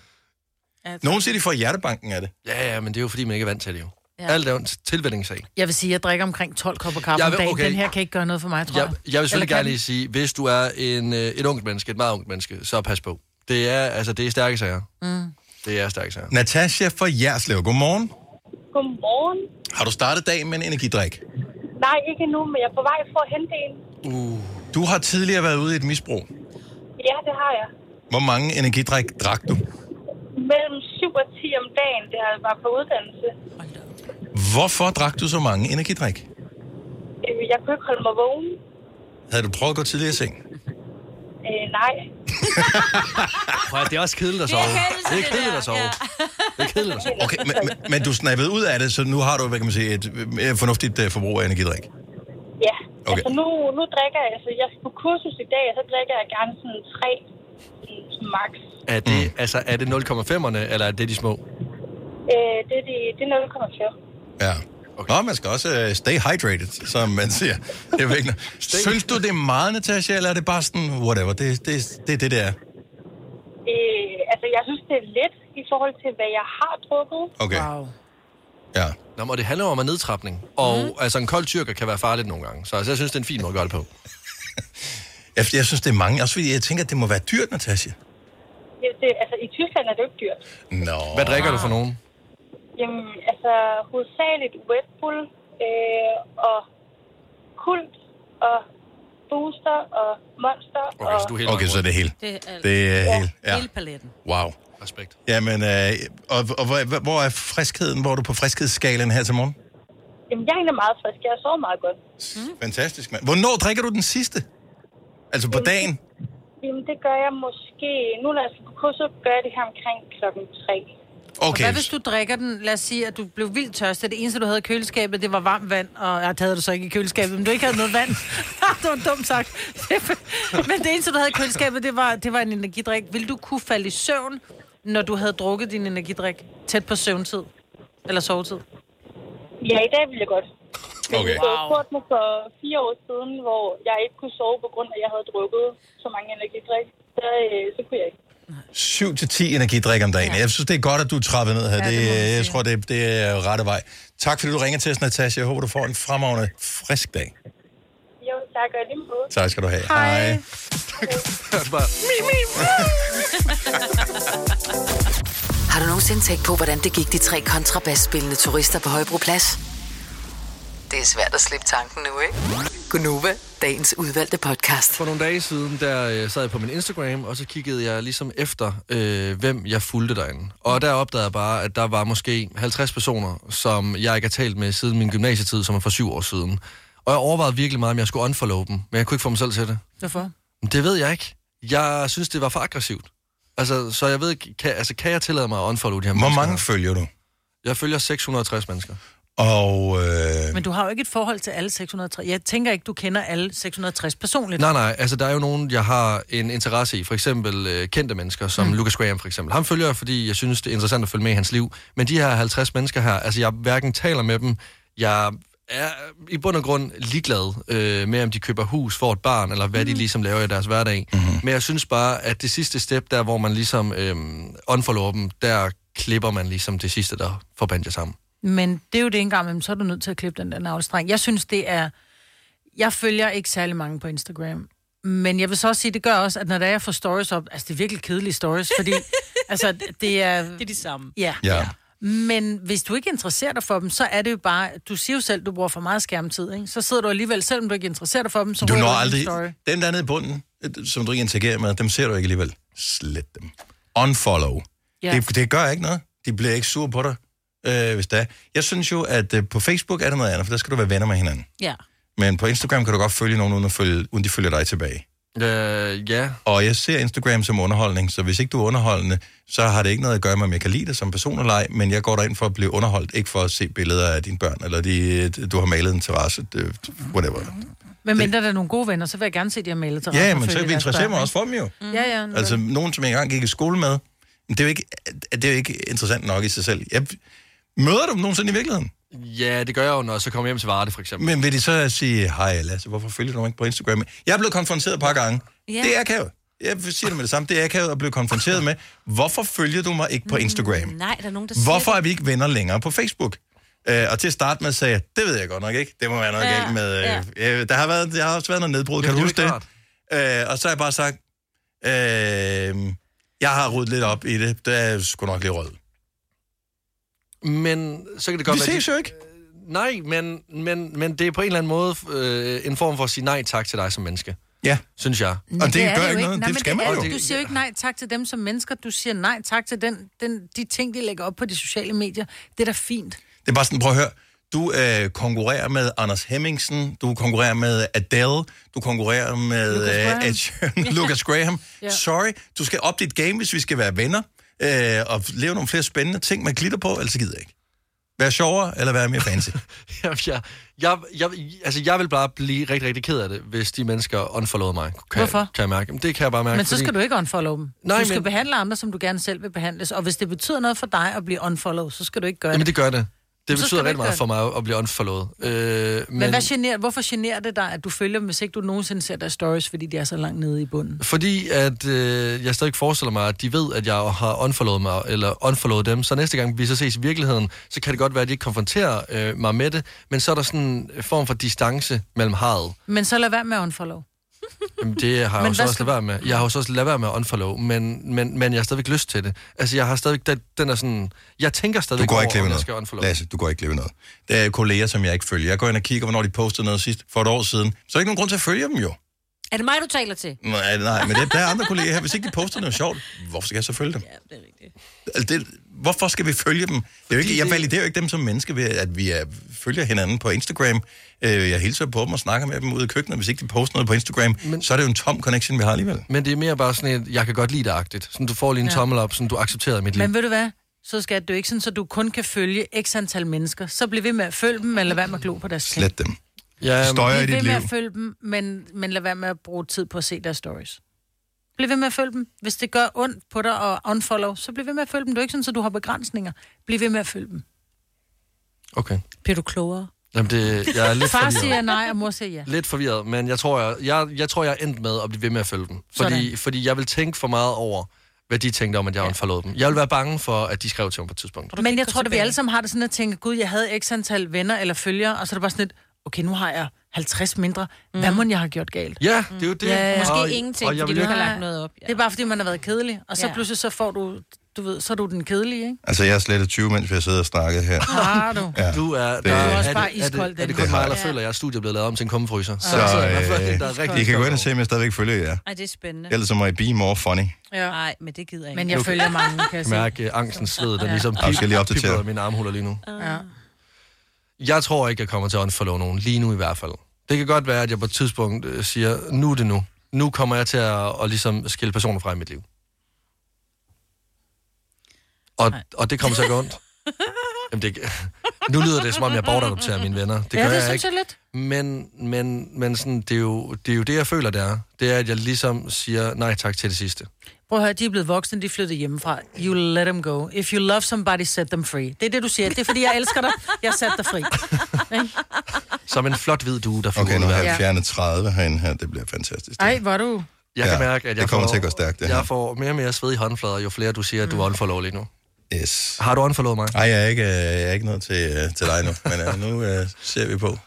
Ja, tak.
Nogen siger, de får hjertebanken af det.
Ja, ja, men det er jo fordi, man ikke er vant til det jo.
Ja.
Ja. Alt er jo en tilvændingssag.
Jeg vil sige, at jeg drikker omkring 12 kopper kaffe
Jeg
om
vil-
dagen.
okay.
Den her kan ikke gøre noget for mig, tror jeg.
Jeg, jeg vil
Eller
selvfølgelig
kan
gerne lige sige, hvis du er en, øh, et ungt menneske, et meget ungt menneske, så pas på. Det er, altså, det er stærke sager. Mm. Det er stærke sager.
Natasha fra Jerslev, godmorgen.
Godmorgen.
Har du startet dagen med en energidrik?
Nej, ikke endnu, men jeg er på vej for at hente en.
Du har tidligere været ude i et misbrug.
Ja, det har jeg.
Hvor mange energidrik drak du?
Mellem 7 og 10 om dagen, da jeg var på uddannelse.
Hvorfor drak du så mange energidrik?
Øh, Jeg kunne ikke holde mig vågen.
Havde du prøvet at gå tidligere i seng?
Øh, nej.
Prøv, at- det er også kedeligt at sove. Det er kedeligt at sove. Det er kedeligt at sove.
Okay, men, men, men du snappede ud af det, så nu har du, hvad kan man sige, et øh, mere fornuftigt øh, forbrug af energidrik. Okay.
Ja. Okay. Altså nu, nu drikker jeg, altså jeg skal på kursus i dag, og så drikker jeg gerne sådan 3 max.
Er det, altså, er det 0,5'erne, eller er det de små?
Øh, det, er de, det er 0,4.
Ja. Okay. Nå, man skal også øh, stay hydrated, som man siger. Det er vigtigt. Synes du, det er meget, Natasha, eller er det bare sådan, whatever, det, det, det er det, det er?
Øh, altså jeg synes, det er lidt i forhold til, hvad jeg har drukket.
Okay,
Wow.
ja.
Nå, men det handler jo om en nedtrapning. Og mm. altså, en kold tyrker kan være farligt nogle gange. Så altså, jeg synes, det er en fin måde at gøre det på.
Jeg, jeg synes, det er mange, også fordi jeg tænker, at det må være dyrt, Natasha.
Ja, det, altså i Tyskland er det jo ikke dyrt.
Nå.
Hvad drikker du for nogen?
Jamen, altså hovedsageligt Red Bull øh, og Kult og Booster og Monster
Okay,
og...
så du er helt
Okay, så er det hele.
Det er alt.
Det er hele,
Ja.
ja.
Hele paletten.
Wow.
Respekt.
Jamen, øh, og, og hvor, hvor er friskheden? Hvor er du på friskhedsskalen her til morgen?
Jamen, jeg er egentlig meget frisk. Jeg sover meget godt.
Mhm.
Fantastisk, mand. Hvornår drikker du den sidste? Altså på dagen?
Jamen, det gør jeg måske... Nu når jeg skal på kursus, så gør jeg det her omkring klokken 3.
Okay.
Okay.
Hvad hvis du drikker den? Lad os sige, at du blev vildt tørstig. Det eneste, du havde i køleskabet, det var varmt vand. Og ja, det havde du så ikke i køleskabet, men du ikke havde noget vand. det var dumt sagt. men det eneste, du havde i køleskabet, det var, det var en energidrik. Vil du kunne falde i søvn, når du havde drukket din energidrik tæt på søvntid? Eller sovetid?
Ja, i dag ville jeg godt.
Okay.
Men okay. jeg wow. spurgt mig for fire år siden, hvor jeg ikke kunne sove på grund af, at jeg havde drukket så mange energidrik. Så, øh, så kunne jeg ikke.
7-10 energidrik om dagen. Ja. Jeg synes, det er godt, at du er trappet ned her. Ja, det, det jeg tror, det, det er rette vej. Tak, fordi du ringer til os, Natasha. Jeg håber, du får en fremragende, frisk dag.
Jo, tak og i lige måde.
Tak skal du have. Hej.
Har du nogensinde tænkt på, hvordan det gik de tre kontrabasspillende turister på Højbroplads? Det er svært at slippe tanken nu, ikke? Gunova, dagens udvalgte podcast.
For nogle dage siden, der øh, sad jeg på min Instagram, og så kiggede jeg ligesom efter, øh, hvem jeg fulgte derinde. Og der opdagede jeg bare, at der var måske 50 personer, som jeg ikke har talt med siden min gymnasietid, som er for syv år siden. Og jeg overvejede virkelig meget, om jeg skulle unfollow dem, men jeg kunne ikke få mig selv til det.
Hvorfor?
Men Det ved jeg ikke. Jeg synes, det var for aggressivt. Altså, så jeg ved ikke, kan, altså, kan jeg tillade mig at unfollow de her
Hvor
mennesker?
mange følger du?
Jeg følger 660 mennesker.
Og... Øh...
Men du har jo ikke et forhold til alle 660. Jeg tænker ikke, du kender alle 660 personligt.
Nej, nej, altså der er jo nogen, jeg har en interesse i. For eksempel øh, kendte mennesker, som mm. Lucas Graham for eksempel. Ham følger jeg, fordi jeg synes, det er interessant at følge med i hans liv. Men de her 50 mennesker her, altså jeg hverken taler med dem, jeg er i bund og grund ligeglad øh, med, om de køber hus, får et barn, eller hvad mm. de ligesom laver i deres hverdag. Mm. Men jeg synes bare, at det sidste step, der hvor man ligesom øh, unfollower dem, der klipper man ligesom det sidste, der forbandt jer sammen.
Men det er jo det engang, men så er du nødt til at klippe den der navlestreng. Jeg synes, det er... Jeg følger ikke særlig mange på Instagram. Men jeg vil så også sige, det gør også, at når der er jeg får stories op... Altså, det er virkelig kedelige stories, fordi... altså, det er... Det er
de samme.
Ja.
Ja.
Men hvis du ikke interesserer dig for dem, så er det jo bare... Du siger jo selv, du bruger for meget skærmtid, ikke? Så sidder du alligevel, selvom du ikke interesserer dig for dem, så
Du
ryger
når
i din
aldrig...
story.
Dem der nede i bunden, øh, som du ikke interagerer med, dem ser du ikke alligevel. Slet dem. Unfollow.
Ja.
Ja. Det, det gør ikke noget. De bliver ikke sure på dig, øh, hvis det er. Jeg synes jo, at øh, på Facebook er det noget andet, for der skal du være venner med hinanden.
Ja.
Men på Instagram kan du godt følge nogen, uden, at følge, uden de følger dig tilbage.
Øh, ja.
Og jeg ser Instagram som underholdning, så hvis ikke du er underholdende, så har det ikke noget at gøre med, om jeg kan lide dig som person eller ej, men jeg går derind for at blive underholdt, ikke for at se billeder af dine børn, eller de, du har malet en terrasse, øh, whatever.
Men mindre der er nogle gode venner, så vil jeg gerne se, at de har malet til
Ja,
resten,
men så
følge
vi
deres
interesserer
børn,
mig også for dem jo.
ikke? Ja, ja.
Altså, nogen, som jeg engang gik i skole med, men det er jo ikke, det er jo ikke interessant nok i sig selv. Jeg, møder du dem nogensinde i virkeligheden?
Ja, det gør jeg jo, når jeg så kommer hjem til Varde for eksempel.
Men vil de så sige, hej Lasse, hvorfor følger du mig ikke på Instagram? Jeg er blevet konfronteret et par gange.
Ja.
Yeah. Det er akavet. Jeg siger det med det samme. Det er akavet at blive konfronteret med, hvorfor følger du mig ikke på Instagram?
Nej, der er nogen, der
Hvorfor
siger
er vi ikke venner længere på Facebook? Øh, og til at starte med sagde jeg, det ved jeg godt nok ikke. Det må være noget
Ja,
ja, galt med... Øh, ja. der, har været, der har også været noget nedbrud, kan du huske det? Øh, og så har jeg bare sagt, øh, jeg har ryddet lidt op i det. Det er sgu nok lige rød.
Men så kan det godt
Vi
være...
ses jo ikke.
Nej, men, men, men det er på en eller anden måde øh, en form for at sige nej tak til dig som menneske.
Ja.
Synes jeg.
Men er jo Nej, men er Du siger jo ikke nej tak til dem som mennesker. Du siger nej tak til den, den, de ting, de lægger op på de sociale medier. Det er da fint.
Det er bare sådan, prøv at høre. Du øh, konkurrerer med Anders Hemmingsen, du konkurrerer med Adele, du konkurrerer med
Lucas
Lucas
Graham.
Graham. Øh, Ed Sheeran, Lucas Graham.
Ja.
ja. Sorry, du skal op dit game, hvis vi skal være venner, øh, og lave nogle flere spændende ting med glitter på, ellers gider jeg ikke. Være sjovere, eller være mere fancy?
Jamen, jeg, jeg, jeg, altså, jeg vil bare blive rigtig, rigtig ked af det, hvis de mennesker unfollowede mig. Kan,
Hvorfor?
Kan jeg mærke. Jamen, det kan jeg bare mærke.
Men så skal
fordi-
du ikke unfollow dem.
Nej,
du skal
men-
behandle andre, som du gerne selv vil behandles. Og hvis det betyder noget for dig at blive unfollow, så skal du ikke gøre
Jamen,
det.
det gør det. Det
så skal
betyder
du ikke
rigtig meget
gøre
for mig at blive unfollowet. Øh,
Men, men hvad generer, hvorfor generer det dig, at du følger dem, hvis ikke du nogensinde ser deres stories, fordi de er så langt nede i bunden?
Fordi at øh, jeg stadig forestiller mig, at de ved, at jeg har unfollowet mig, eller unfollowet dem. Så næste gang vi så ses i virkeligheden, så kan det godt være, at de ikke konfronterer øh, mig med det. Men så er der sådan en form for distance mellem havet.
Men så lad være med at unfollow.
Jamen, det har jeg
Men
jo så
hvad
også
skal-
lavet være med. Jeg har jo så også lavet være med at unfollow, men, men, men jeg har stadigvæk lyst til det. Altså, jeg har stadigvæk... Den, den er sådan... Jeg tænker
Du
stadigvæk
går ikke
over,
glip af
om jeg skal
noget.
unfollow.
Lasse, du går ikke glip af noget. Der er kolleger, som jeg ikke følger. Jeg går ind og kigger, hvornår de postede noget sidst for et år siden. Så er der ikke nogen grund til at følge dem jo.
Er det mig, du taler til?
Nej, nej, men det, der er andre kolleger her. Hvis ikke de poster noget sjovt, hvorfor skal jeg så følge dem? Ja, det er rigtigt. Det, hvorfor skal vi følge dem? Det er jo ikke, jeg validerer jo ikke dem som menneske ved, at vi er, følger hinanden på Instagram. Øh, Jeg hilser på dem og snakker med dem ude i køkkenet. Hvis ikke de poster noget på Instagram, men, så er det jo en tom connection, vi har alligevel.
Men det er mere bare sådan et, jeg kan godt lide dig-agtigt. Sådan, du får lige en
Ja.
ja. tommel op, sådan, du accepterer mit liv.
Men ved du hvad? Så skal du ikke sådan, så du kun kan følge x antal mennesker. Så bliv ved med at følge dem, eller lad være med at glo på deres ting.
Slet dem.
Ja,
Støjer i
Bliv
dit
Øhm,
liv.
ved med at følge dem, men, men lad være med at bruge tid på at se deres stories. Bliv ved med at følge dem. Hvis det gør ondt på dig at unfollow, så bliv ved med at følge dem. Du er ikke sådan, så du har begrænsninger. Bliv ved med at følge dem.
Okay.
Bliver du klogere?
Jamen, det, jeg er lidt
Far
forvirret.
siger nej, og mor siger ja.
Lidt forvirret, men jeg tror, jeg, jeg, jeg, tror, jeg er endt med at blive ved med at følge dem. Fordi,
Sådan.
fordi jeg vil tænke for meget over, hvad de tænkte om, at jeg ja. forlod dem. Jeg vil være bange for, at de skrev til mig på et tidspunkt.
Men jeg tror, at vi alle sammen har det sådan at tænke, gud, jeg havde x antal venner eller følgere, og så er det bare sådan lidt, okay, nu har jeg 50 mindre.
Mm.
Hvad må jeg have gjort galt?
Ja, det er jo det.
Mm. Ja, ja.
Og- og jeg vil ikke-
noget op. Ja. Det er bare, fordi man har været kedelig, og så
Ja.
ja. pludselig så får du, du ved, så er du den kedelige, ikke?
Altså, jeg er slettet 20, mens vi har siddet og snakket her.
Har Ah, du?
Ja.
Du er,
Det-
der,
Du er
også
det-
bare
er, det,
iskold,
er det
den
kun
der.
mig, der
Ja.
føler, at jeres studie er blevet lavet om til en kummefryser?
Så øh, I kan gå ind og
og
se, om jeg stadigvæk følger jer.
Ej, det er spændende.
Ellers så må I be more funny.
Ja.
Nej, men det gider jeg ikke.
Men jeg
Okay.
følger mange, kan jeg
Jeg
sige.
mærke øh, angsten sved, der
Ja.
ligesom
Jeg skal lige
pip-
opdatere.
pipper i mine armhuller lige nu.
Ja.
Jeg tror ikke, jeg kommer til at unfollow nogen. Lige nu i hvert fald. Det kan godt være, at jeg på et tidspunkt øh, siger, nu er det nu. Nu kommer jeg til at, at ligesom skille personer fra i mit liv. Og, og det kommer til at gå ondt. Jamen det, nu lyder det, som om jeg bortadopterer mine venner. Det gør
ja, det
jeg
synes
ikke.
jeg lidt.
Men, men, men sådan, det, er jo, det er jo det, jeg føler, det er. Det er, at jeg ligesom siger nej tak til det sidste.
Prøv at høre, de er blevet voksne, de er flyttet hjemmefra. You let them go. If you love somebody, set them free. Det er det, du siger. Det er, fordi jeg elsker dig. Jeg satte dig fri.
Som en flot hvid due, der flyver
Okay, nu
ud
har
af
jeg
Ja.
fjernet 30 herinde her. Det bliver fantastisk.
Ej, hvor er du...
Jeg kan
Ja,
mærke, at jeg
det kommer
får,
til at gå stærkt, det her.
Jeg får mere og mere sved i håndflader, jo flere du siger, at
Mm.
du er unfollow lige nu.
Yes.
Har du unfollow mig?
Nej, jeg er ikke, øh, jeg er ikke noget til, øh, til dig nu, men øh, nu øh, ser vi på.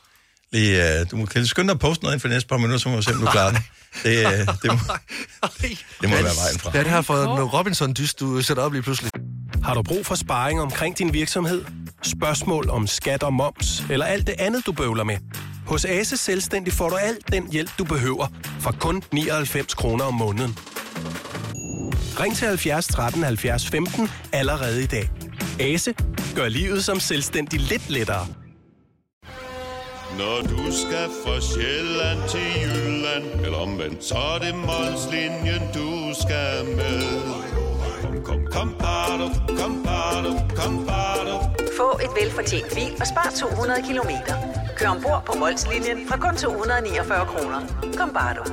Lige, øh, du må kan du skynde dig at poste noget inden for de næste par minutter, så må vi se, om du klarer det. Det, øh, det, må, det må være vejen fra.
Det er det her for en Robinson-dyst, du sætter op lige pludselig.
Har du brug for sparring omkring din virksomhed? Spørgsmål om skat og moms, eller alt det andet, du bøvler med? Hos Ase Selvstændig får du alt den hjælp, du behøver, for kun 99 kroner om måneden. Ring til 70 13 70 15 allerede i dag. Ase gør livet som selvstændig lidt lettere.
Når du skal fra Sjælland til Jylland, eller omvendt, så er det Molslinjen, du skal med. Kom, kom, kom, bado, kom, bado, kom, bado.
Få et velfortjent bil og spar 200 kilometer. Kør ombord på Molslinjen fra kun 249 kroner. Kom bare du.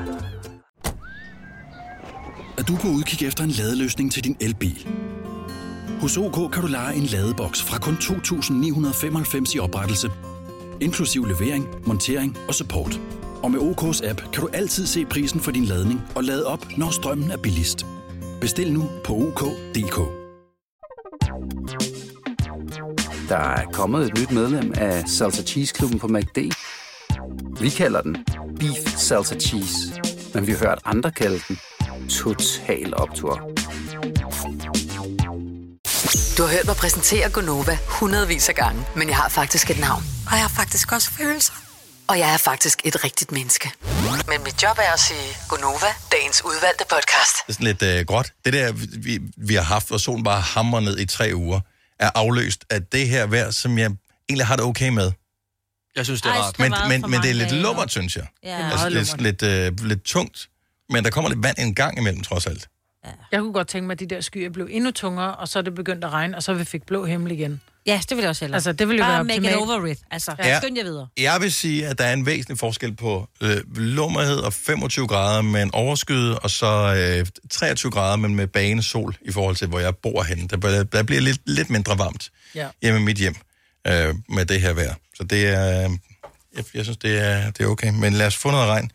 at du er på udkig efter en ladeløsning til din elbil. Hos OK kan du lege en ladeboks fra kun 2.995 i oprettelse, inklusiv levering, montering og support. Og med OK's app kan du altid se prisen for din ladning og lade op, når strømmen er billigst. Bestil nu på OK.dk.
Der er kommet et nyt medlem af Salsa Cheese Klubben på MACD. Vi kalder den Beef Salsa Cheese, men vi har hørt andre kalde den Total Optor.
Du har hørt mig præsentere Gonova hundredvis af gange, men jeg har faktisk et navn.
Og jeg har faktisk også følelser.
Og jeg er faktisk et rigtigt menneske. Men mit job er at sige Gonova, dagens udvalgte podcast.
Det er sådan lidt øh, gråt. Det der, vi, vi har haft, hvor solen bare hamrer ned i tre uger, er afløst af det her vejr, som jeg egentlig har det okay med.
Jeg synes, det er rart.
Men, men, men det er lidt lummert, synes jeg.
Ja. Det er
altså,
meget
det er sådan lidt, øh, lidt tungt, men der kommer lidt vand en gang imellem, trods alt.
Jeg kunne godt tænke mig, at de der skyer blev endnu tungere, og så er det begyndt at regne, og så vi fik blå himmel igen.
Ja, det ville jeg også hellere.
Altså, det ville jo
Bare
være
make it
optimalt.
over with. Altså,
Ja.
ja. skynd jer videre.
Jeg vil sige, at der er en væsentlig forskel på øh, lummerhed og 25 grader med en overskyet, og så øh, 23 grader, men med banesol i forhold til, hvor jeg bor henne. Der, bliver- der bliver lidt, lidt mindre varmt
Ja.
hjemme i mit hjem øh, med det her vejr. Så det er, øh, jeg, jeg synes, det er, det er okay. Men lad os få noget regn.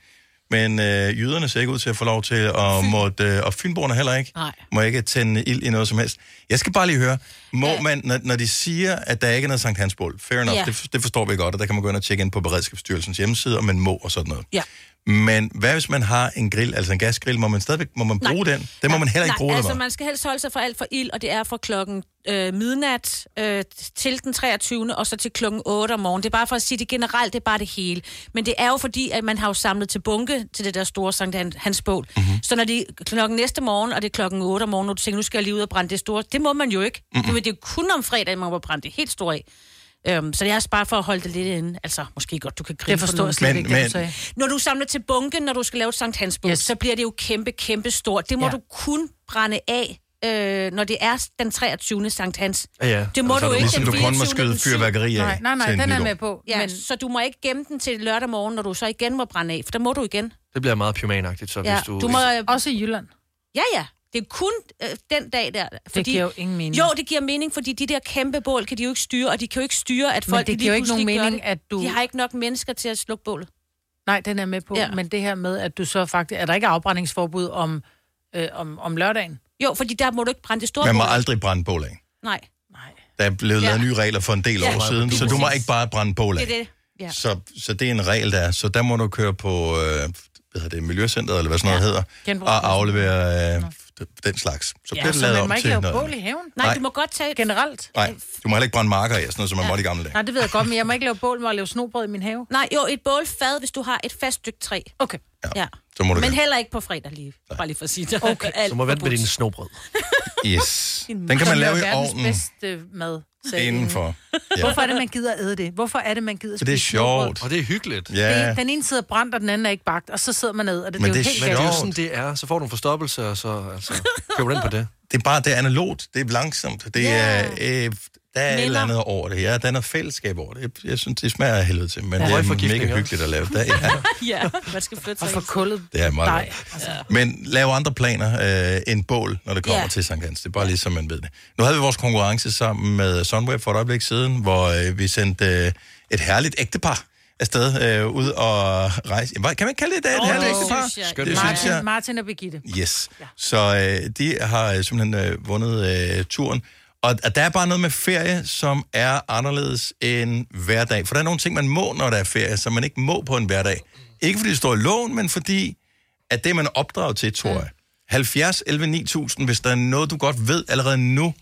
Men øh, jyderne ser ikke ud til at få lov til, at måtte, øh, og fynboerne heller ikke,
Nej.
må ikke tænde ild i noget som helst. Jeg skal bare lige høre, må man, når, når de siger, at der ikke er noget Sankt Hansbål, fair enough,
Ja.
det, det forstår vi godt, og der kan man gå ind og tjekke ind på Beredskabsstyrelsens hjemmeside, om man må og sådan noget.
Ja.
Men hvad hvis man har en grill, altså en gasgrill, må man stadigvæk må man bruge den? Den må man heller ikke
Nej,
bruge, eller
altså
hvad?
man skal helst holde sig for alt for ild, og det er fra klokken øh, midnat øh, til den 23. og så til klokken 8 om morgenen. Det er bare for at sige det generelt, det er bare det hele. Men det er jo fordi, at man har jo samlet til bunke til det der store Sankt Han- Hans Bål.
Mhm.
Mm-hmm. Så når det er klokken næste morgen, og det er klokken 8 om morgenen, og du tænker, nu skal jeg lige ud og brænde det store, det må man jo ikke.
Mhm.
Mm-hmm. Det er jo kun om fredagen, man må brænde det helt store af. Øhm, så det er også bare for at holde det lidt inde. Altså, måske godt, du kan grine
Det forstår
for
jeg slet
nogen.
Men- ikke, det du men- sagde.
Når du samler til bunken, når du skal lave et Sankt Hans yes. så bliver det jo kæmpe, kæmpe stort. Det må ja.
Ja.
du kun brænde af, øh, når det er den 23. Sankt Hans.
Ja, ja.
Det må
Altså,
du ikke
ligesom
den
du kun må
24.,
skyde
den syv-
fyrværkeri af Nej, nej, nej, til en den er jeg nytår. med
på. Ja, men... Så du må ikke gemme den til lørdag morgen, når du så igen må brænde af, for der må du igen.
Det bliver meget pyromanagtigt, så
Ja.
hvis du...
du må... øh,
Også i Jylland.
Ja, ja. Det er kun øh, den dag der. Fordi,
giver jo ingen mening.
Jo, det giver mening, fordi de der kæmpe bål kan de jo ikke styre, og de kan jo ikke styre, at
Men
folk
det giver
lige
jo ikke nogen
pludselig gør
mening,
det.
at du-
De har ikke nok mennesker til at slukke bålet.
Nej, den er med på. Ja. Men det her med, at du så faktisk... Er der ikke afbrændingsforbud om, øh, om, om lørdagen?
Jo, fordi der må du ikke brænde det store
Man må aldrig brænde bål af.
Nej.
Der er blevet
Ja.
lavet nye regler for en del
Ja.
år siden, så du må ikke bare brænde bål
Det
af.
er det. Ja.
Så, så det er en regel, der er. Så der må du køre på øh, hvad hedder det, Miljøcenteret, eller hvad sådan noget ja. hedder,
Genbrugspladsen.
og aflevere øh, den slags. Så bliver det lavet
man
om
må ikke
til
lave
noget.
bål i haven.
Nej, Nej. du
må godt tage...
Generelt.
Nej, du må heller ikke brænde marker af, sådan noget, som man måtte i gamle dage.
Nej, det ved jeg godt, men jeg må ikke lave bål med at lave snobrød i min have.
Nej, jo, et bålfad, hvis du har et fast stykke træ.
Okay.
Ja. ja.
Så må du
Men
gerne.
heller ikke på fredag lige. Bare lige for at sige det. Okay.
Så må vente med din snobrød.
Yes. Den kan man lave i ovnen
bedste øh, mad. sagde
indenfor.
Ja. Hvorfor er det, man gider æde det? Hvorfor er det, man gider
For det er
spise snobrød?
sjovt.
Og det er hyggeligt.
Det er- Den ene sidder brændt, og den anden er ikke bagt, og så sidder man ned, og det,
Men
det er
det
jo
er
helt
Men det er jo
galt.
sådan, det er. Så får du en forstoppelse, og så altså, køber den på det.
Det er bare, det er analogt, det er langsomt, det er, øh, der er et eller andet over det. Ja, der er noget fællesskab over det. Jeg, jeg synes, det smager af helvede til, men
Ja.
ja. det er
Røgforgiftning
mega
også.
hyggeligt at lave. Det, ja.
ja, man skal flytte sig.
Og for kullet.
Det er meget
Nej. altså.
Men lav andre planer øh, end bål, når det kommer
Ja.
yeah. til Sankt Hans. Det er bare lige, så man ved det. Nu havde vi vores konkurrence sammen med Sunweb for et øjeblik siden, hvor øh, vi sendte øh, et herligt ægtepar afsted øh, ud og rejse. Hvad- Kan man ikke kalde det i dag et
Åh,
herligt
det
ægtepar?
synes jeg.
Det synes
Martin,
jeg.
Martin og Birgitte.
Yes. Ja. Så øh, de har øh, simpelthen øh, vundet øh, turen. Og og der er bare noget med ferie, som er anderledes end hverdag. For der er nogle ting, man må, når der er ferie, som man ikke må på en hverdag. Ikke fordi det står i loven, men fordi, at det man er opdraget til, tror jeg. 70, 11, 9000, hvis der er noget, du godt ved allerede nu,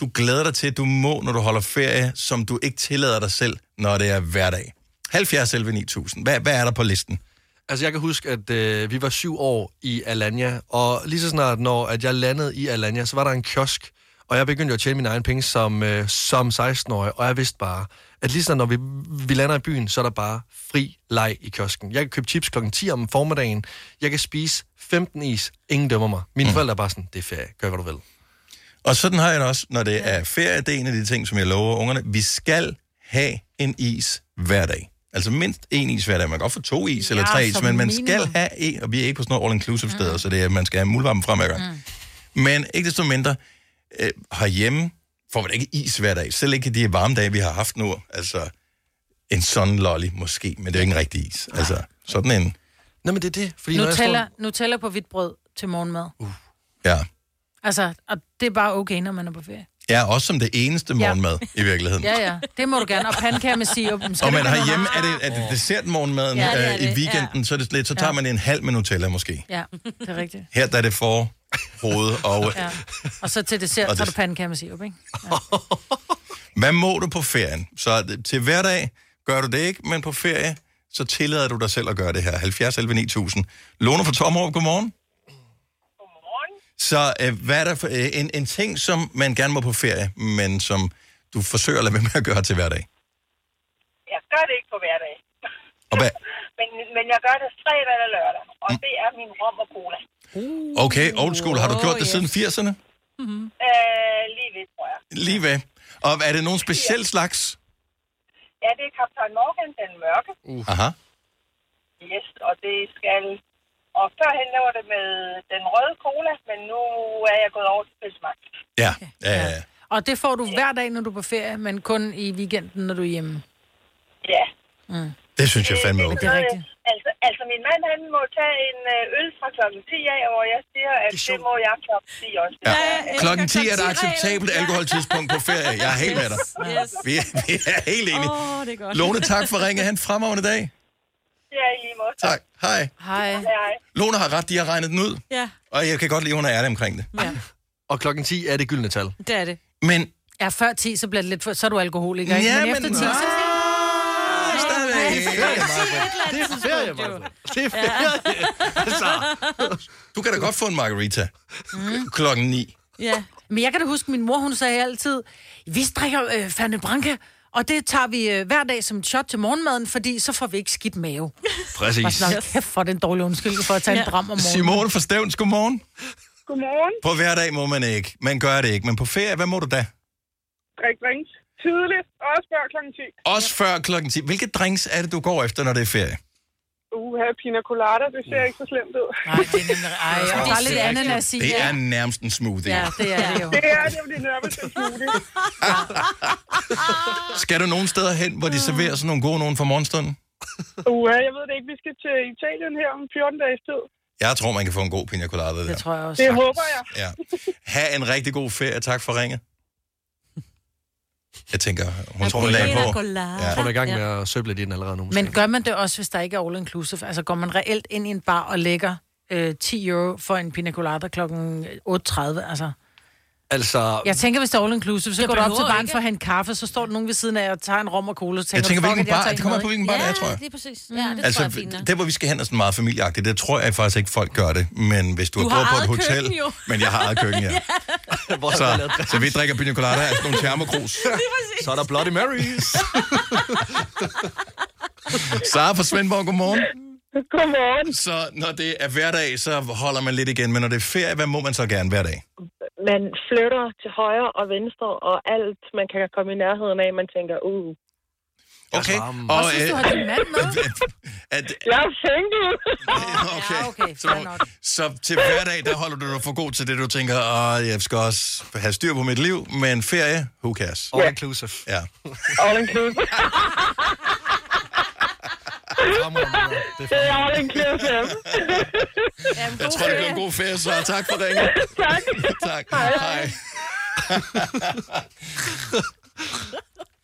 du glæder dig til, du må, når du holder ferie, som du ikke tillader dig selv, når det er hverdag. 70, 11, 9000. Hvad, hvad er der på listen?
Altså, jeg kan huske, at øh, vi var syv år i Alanya, og lige så snart, når at jeg landede i Alanya, så var der en kiosk, og jeg begyndte jo at tjene mine egne penge som, øh, som 16-årig, og jeg vidste bare, at lige så snart, når vi, vi lander i byen, så er der bare fri leg i kiosken. Jeg kan købe chips klokken 10 om formiddagen, jeg kan spise 15 is, ingen dømmer mig. Mine mm. forældre er bare sådan, det er ferie, gør hvad du vil.
Og sådan har jeg det også, når det er ferie. Det er en af de ting, som jeg lover ungerne. Vi skal have en is hver dag. Altså mindst en is hver dag. Man kan godt få to is eller
Ja,
tre is,
som
men man
minimum.
skal have en. Og vi er ikke på sådan nogle all-inclusive steder, så det er, at man skal have muldvarmen frem hver gang. Men ikke desto mindre, øh, herhjemme får man ikke is hver dag. Selv ikke de varme dage, vi har haft nu. Altså en sådan lolly måske, men det er jo ikke en rigtig is. Altså sådan en...
Nej, men det er det. Fordi
når jeg står-
Nutella, Nutella på hvidt brød til morgenmad. Uh.
Ja.
Altså, og det er bare okay, når man er på ferie.
Ja, også som det eneste morgenmad i virkeligheden.
Ja, ja. Det må du gerne. Og pandekager med sirup. Men skal
Og
det
man
være noget-
herhjemme, er det, er det dessertmorgenmaden
Ja, det er
ja, øh, i
det,
weekenden, så, er det lidt, så tager
Ja.
man en halv med Nutella måske.
Ja, det er rigtigt.
Her der er det for hoved og... øh,
Ja. Og så til dessert,
Og
så er
det-
du pandekager med sirup, ikke?
Hvad må du på ferien? Så er det- til hverdag gør du det ikke, men på ferie, så tillader du dig selv at gøre det her. 70 11 9000. Lone fra Tommerup, godmorgen. Så øh, hvad er der for, øh, en, en ting, som man gerne må på ferie, men som du forsøger at lade være med at gøre til hverdag?
Jeg gør det ikke på hverdag.
Og hvad,
Men, men jeg gør det fredag eller lørdag, og
Mm.
det er min rom og cola.
okay, old school, har du gjort det siden 80'erne?
Mm-hmm. Øh, lige ved, tror jeg.
Lige ved. Og er det nogen speciel slags?
Ja, det er Kaptajn Morgan, den mørke.
Uh. Aha.
Yes, og det skal... Og førhen laver det med den røde cola, men nu er jeg gået over til pølsemagt.
Ja. ja. ja. ja.
Og det får du hver dag, når du er på ferie, men kun i weekenden, når du er hjemme.
Ja.
Mm.
Det synes jeg fandme
Øh, Men
okay.
sådan noget, Altså, altså, min mand, han må tage en øh, øl fra klokken 10 af, hvor jeg siger, at det, må jeg klokken 10 også.
Ja. Klokken 10 er der acceptabelt alkoholtidspunkt på ferie. Jeg er helt med dig.
Yes.
Vi er, vi er helt enige.
Åh, det er godt.
Lone, tak for ringe. Han fremragende dag.
Ja, i lige måde.
Tak. Hej.
Hej.
Hej.
Lone har ret, de har regnet den ud.
Ja.
Og jeg kan godt lide, at hun er ærlig omkring det.
Ja.
Og klokken 10 er det gyldne tal.
Det er det.
Men
Ja, før 10, så bliver det lidt for, så er du alkoholiker, ikke?
Ja,
men
men Ah,
efter 10, så...
stadigvæk.
Det er ferie, Maja. Det er ferie. Så.
Du kan da godt få en margarita klokken 9.
Ja. Men jeg kan da huske, min mor, hun sagde altid, vi drikker øh, Fante Branca, og det tager vi øh, hver dag som et shot til morgenmaden, fordi så får vi ikke skidt mave.
Præcis.
Bare sådan, "Nå, kæft for den dårlige undskyldning for at tage ja. en dram om morgenen.
Simone fra Stævns, godmorgen.
Godmorgen.
På hverdag må man ikke. Man gør det ikke. Men på ferie, hvad må du da?
Drik drinks. Tidligt. Også før klokken 10.
Også før klokken 10. Hvilke drinks er det, du går efter, når det er ferie?
Uh,
skulle have pina colada. Det ser ikke så slemt ud. Nej, det er nemlig... Ej,
Åh,
der er lidt
det
ananas i,
Det
ja.
er nærmest en smoothie. Ja.
det er det jo.
Det er det, jo, det er nærmest en smoothie.
Skal du nogen steder hen,
Ah.
hvor de serverer sådan nogle gode nogen for morgenstunden?
Uha, jeg ved det ikke. Vi skal til Italien her om 14 dages tid.
Jeg tror, man kan få en god pina colada der.
tror jeg
Det håber jeg.
Ja. Ha' en rigtig god ferie. Tak for ringet. Jeg tænker, hun tror, hun lagde
Pina
på.
colada.
Jeg tror, hun er i gang med
Ja.
at søble lidt i den allerede nu.
Men gør man det også, hvis der ikke er all inclusive? Altså går man reelt ind i en bar og lægger øh, 10 euro for en pina colada kl. 8.30? Altså,
Altså,
jeg tænker, hvis det er all inclusive, så
Jeg
går du op til
behøver
baren
ikke.
for at hente kaffe, så står der nogen ved siden af og tager en rom og cola. Så
Jeg tænker,
du, fuck
hvilken
it, jeg
bar- det
tager ikke
kommer an på,
noget, ikke?
hvilken bar det er, tror jeg.
lige præcis. Ja, det
Altså,
tror jeg er fint. nok.
der hvor vi skal hen er sådan meget familieagtigt, det tror jeg faktisk ikke, folk gør det. Men hvis du,
Du
har
har
boet på et
eget
hotel...
køkken, jo.
Men jeg har eget køkken, ja. så, så vi drikker pina colada af sådan nogle termokrus.
Så er der Bloody Marys.
Sara fra Svendborg, godmorgen.
Godmorgen.
Så når det er hverdag, så holder man lidt igen. Men når det er ferie, hvad må man så gerne hver dag?
man flytter til højre og venstre, og alt, man kan komme i nærheden af, man tænker, uh.
Okay. øh,
Og synes du, har din mand med?
at,
Jeg er single.
okay. Ja, okay. Så, så til hverdag, der holder du dig for god til det, du tænker, åh, jeg skal også have styr på mit liv, men ferie, who cares?
All inclusive.
Ja.
All inclusive.
Det er all inclusive.
Jeg tror, det bliver en god ferie, så tak for ringen.
tak.
tak. Hej.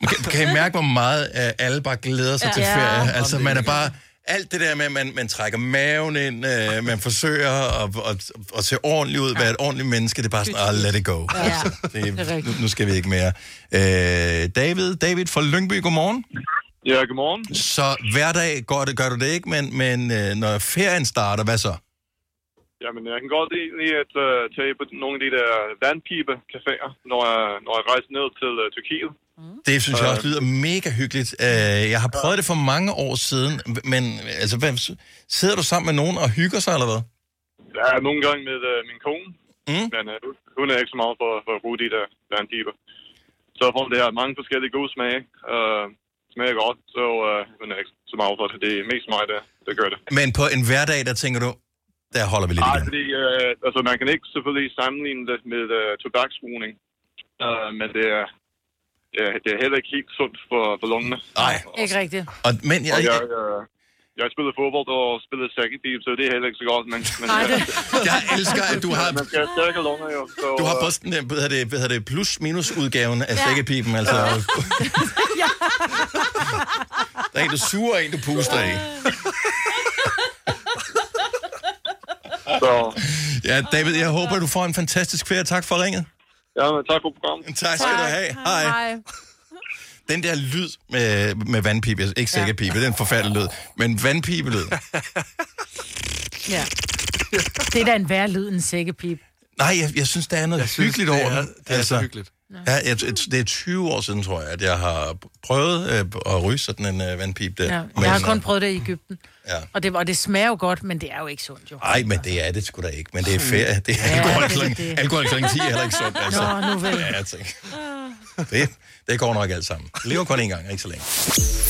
kan, kan I mærke, hvor meget øh, alle bare glæder sig
Ja.
til
Ja.
ferie? Altså, man er bare... Alt det der med, at man, man trækker maven ind, øh, man forsøger at, at, at se ordentligt ud, være et ordentligt menneske, det er bare sådan, ah, let it go.
Ja.
Altså, det, er- nu, nu skal vi ikke mere. Øh, David, David fra Lyngby, godmorgen.
Ja, godmorgen.
Så hver dag går det, gør du det ikke, men, men øh, når ferien starter, hvad så?
Jamen, jeg kan godt lide at uh, tage på nogle af de der vandpipe-caféer, når jeg, når jeg rejser ned til uh, Tyrkiet.
Det synes
Øh.
jeg også lyder mega hyggeligt. Øh, Jeg har prøvet det for mange år siden, men altså, hvad, sidder du sammen med nogen og hygger sig, eller hvad?
Jeg er nogle gange med uh, min kone,
mm.
men uh, hun er ikke så meget for, for at bruge de der vandpiber. Så får hun det her mange forskellige gode smage. Uh, smager godt, så uh, hun er ikke så meget for det. Det er mest mig, der, der gør det.
Men på en hverdag, der tænker du, der holder vi lidt
Nej,
igen.
fordi øh, altså, man kan ikke selvfølgelig sammenligne det med øh, tobaksrugning, øh, men det er, det, er, det er heller ikke helt sundt for, for lungene.
Nej.
Ikke rigtigt.
Og, men jeg,
Og jeg, øh, jeg spillede fodbold og spillede sækkepip, så det er heller ikke så godt. Men, men,
jeg elsker, at du har...
Man skal have stærke lunger, jo. Så, øh,
Du har posten, hvad hedder det, hvad hedder det plus-minus-udgaven af sækkepipen, altså. Der er en, du suger, og en, du puster af.
Så.
Ja, David, jeg håber, du får en fantastisk ferie. Tak for ringet.
Ja, men tak for programmet.
Tak skal du have. Hej. Den der lyd med, med vandpipe, altså ikke sækkepipe, ja. det er en forfærdelig lyd, men vandpipelyd.
Ja. Det er da en værre lyd, en sækkepip.
Nej, jeg, jeg synes, der er noget jeg
synes,
hyggeligt
det
over
er-
den. Altså,
det er så hyggeligt.
Ja, jeg, det er 20 år siden, tror jeg, at jeg har prøvet øh, at ryge sådan en øh, vandpipe der.
Ja.
Men,
Jeg har kun
øh,
prøvet det i Ægypten.
Ja.
Og det, og det smager jo godt, men det er jo ikke sundt, jo.
Ej, men det er det sgu da ikke. Men det er ferie. Det er
Ja,
alkohol
det er
klokken-
det.
alkohol klokken 10 er heller ikke sundt. Altså.
Nå, nu vel.
Ja, jeg tænker. Det, det går nok alt sammen. Lever kun én gang, ikke så længe.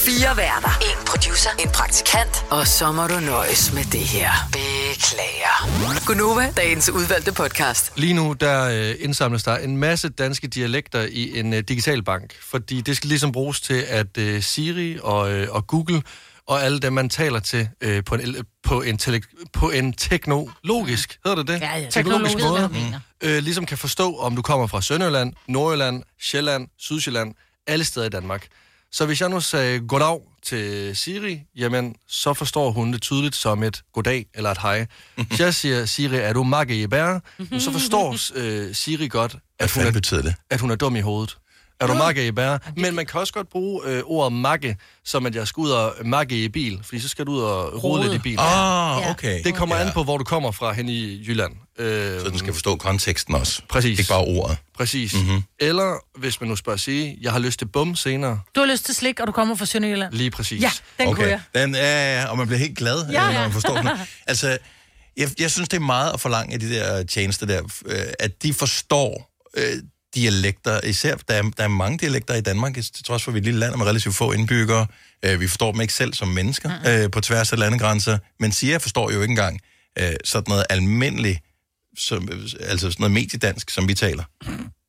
Fire værter. En producer. En praktikant. Og så må du nøjes med det her. Beklager. Gunova, dagens udvalgte podcast.
Lige nu, der øh, indsamles der en masse danske dialekter i en øh, digital bank, fordi det skal ligesom bruges til, at øh, Siri og, øh, og Google og alle dem, man taler til øh, på, en, el- på, en tele- på en teknologisk, hedder det det?
Ja, ja.
teknologisk
Teknologisk,
måde,
hvad jeg
øh, ligesom kan forstå, om du kommer fra Sønderjylland, Nordjylland, Sjælland, Sydsjælland, alle steder i Danmark. Så hvis jeg nu sagde goddag til Siri, jamen, så forstår hun det tydeligt som et goddag eller et hej.
Mhm.
Hvis jeg siger, Siri, er du makke i bære? Så forstår
Mhm.
øh, Siri godt, at hun,
er,
at hun er dum i hovedet. Er du makke i bære? Men man kan også godt bruge øh, ordet makke, som at jeg skal ud og makke i bil, fordi så skal du ud og rode lidt i bil.
Ah, okay.
Det kommer
Ja.
an på, hvor du kommer fra hen i Jylland. Øh,
Så den skal forstå konteksten også.
Præcis.
Ikke bare ordet.
Præcis.
Mhm.
Mm-hmm. Eller hvis man nu spørger sige, jeg har lyst til bum senere.
Du har lyst til slik, og du kommer fra Sønderjylland.
Lige præcis.
Ja, den okay. kunne jeg.
Den er, og man bliver helt glad,
Ja.
ja. når man forstår den. Altså, jeg, jeg synes, det er meget at forlange af de der tjenester der, øh, at de forstår øh, dialekter, især der er, der er mange dialekter i Danmark, til trods for, at vi er et lille land med relativt få indbyggere. Øh, vi forstår dem ikke selv som mennesker øh, på tværs af landegrænser. Men Sia forstår jo ikke engang øh, sådan noget almindeligt, som, øh, altså sådan noget mediedansk, som vi taler.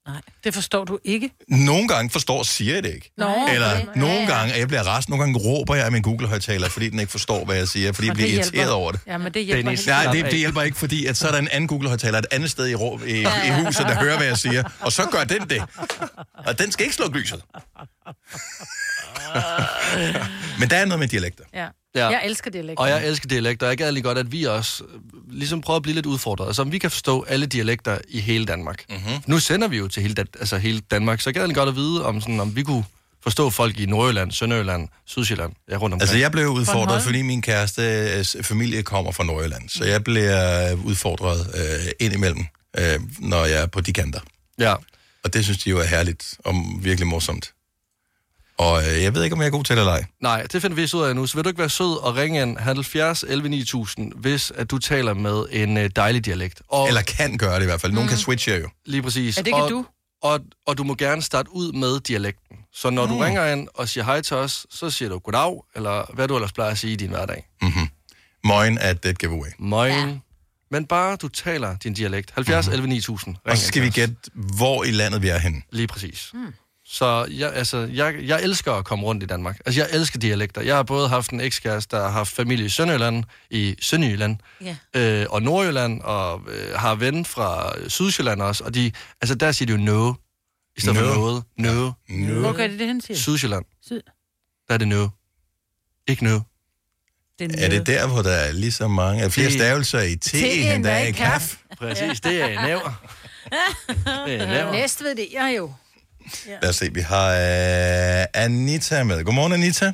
Nej, det forstår du ikke.
Nogle gange forstår Siri det ikke.
Nå,
Eller
okay.
nogle
Ja, ja.
gange, at jeg bliver rast, nogle gange råber jeg af min Google-højtaler, fordi den ikke forstår, hvad jeg siger, fordi jeg
Og
bliver
det
irriteret
hjælper.
over det.
Ja, men det hjælper helt
Nej,
klart
det,
ikke.
det hjælper ikke, fordi at så er der en anden Google-højtaler et andet sted i, rå, i, i
Ja.
huset, der hører, hvad jeg siger, og så gør den det. Og den skal ikke slukke lyset. Men der er noget med dialekter.
Ja.
Ja.
ja. Jeg elsker dialekter.
Og jeg elsker dialekter, og jeg gad lige godt, at vi også øh, ligesom prøver at blive lidt udfordret. Altså, om vi kan forstå alle dialekter i hele Danmark.
Mhm.
Mm-hmm. Nu sender vi jo til hele, Dan- altså, hele Danmark, så jeg gad lige godt at vide, om, sådan, om vi kunne forstå folk i Nordjylland, Sønderjylland, Sydsjælland, ja, rundt omkring.
Altså, jeg blev udfordret, fordi min kærestes familie kommer fra Nordjylland, så jeg bliver udfordret øh, indimellem, øh, når jeg er på de kanter.
Ja.
Og det synes de jo er herligt og virkelig morsomt. Og øh, jeg ved ikke, om jeg er god til det eller ej.
Nej, det finder vi så ud af nu. Så vil du ikke være sød og ringe ind 70 11 9000, hvis at du taler med en øh, dejlig dialekt. Og
Eller kan gøre det i hvert fald. Nogen mm. kan switche jo.
Lige præcis.
Ja, det kan
og,
du.
Og, og du må gerne starte ud med dialekten. Så når mm. du
Mm.
ringer ind og siger hej til os, så siger du goddag, eller hvad du ellers plejer at sige i din hverdag.
Mm-hmm. Møgen er et dead giveaway.
Moin. Ja. Men bare du taler din dialekt. 70 mm-hmm. 11 9000.
Mhm. Og så skal vi gætte, hvor i landet vi er henne.
Lige præcis. Mm. Så jeg, altså, jeg, jeg elsker at komme rundt i Danmark. Altså, jeg elsker dialekter. Jeg har både haft en ekskæreste, der har haft familie i Sønderjylland, i Sønderjylland,
Ja.
øh, og Nordjylland, og øh, har ven fra Sydsjælland også, og de, altså, der siger de jo no, i stedet
Nå.
for noget. No.
no.
Hvor gør de det hen til?
Sydsjælland,
Syd.
der er det no. Ikke no.
Det
Er det der, hvor der er lige så mange, er flere
Det-
stavelser i T, end der er i kaf?
Præcis, det er næver. Det er næver.
Næst ved det, jeg jo.
Lad os se, vi har øh, Anita med. Godmorgen, Anita.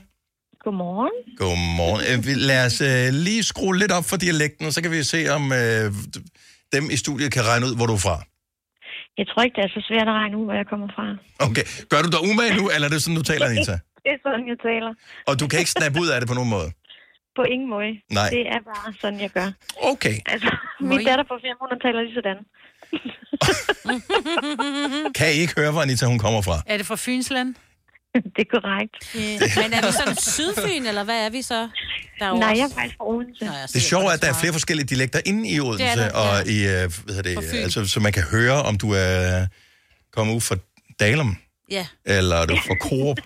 Godmorgen.
Godmorgen. Øh, vi- Lad os øh, lige skrue lidt op for dialekten, og så kan vi se, om øh, dem i studiet kan regne ud, hvor du er fra.
Jeg tror ikke, det er så svært at regne ud, hvor jeg kommer fra.
Okay. Gør du dig umage nu, eller er det sådan, du taler, Anita?
Det er sådan, jeg taler.
Og du kan ikke snappe ud af det på nogen måde?
På ingen måde.
Nej.
Det er bare sådan, jeg gør.
Okay.
Altså, min datter på 500 taler lige sådan.
Kan I ikke høre, hvor Anita hun kommer fra?
Er det fra Fynsland?
det er korrekt.
Men er vi sådan Sydfyn, eller hvad er vi så? Der
Nej, jeg er faktisk fra Odense.
Nå, jeg
Det sjove er, at der er flere forskellige dialekter inde i Odense,
Det er der,
og i, øh, hvad hedder
Og
det,
Fyn.
altså, så man kan høre, om du er kommet ud fra Dalum,
Ja.
eller er du fra Coop.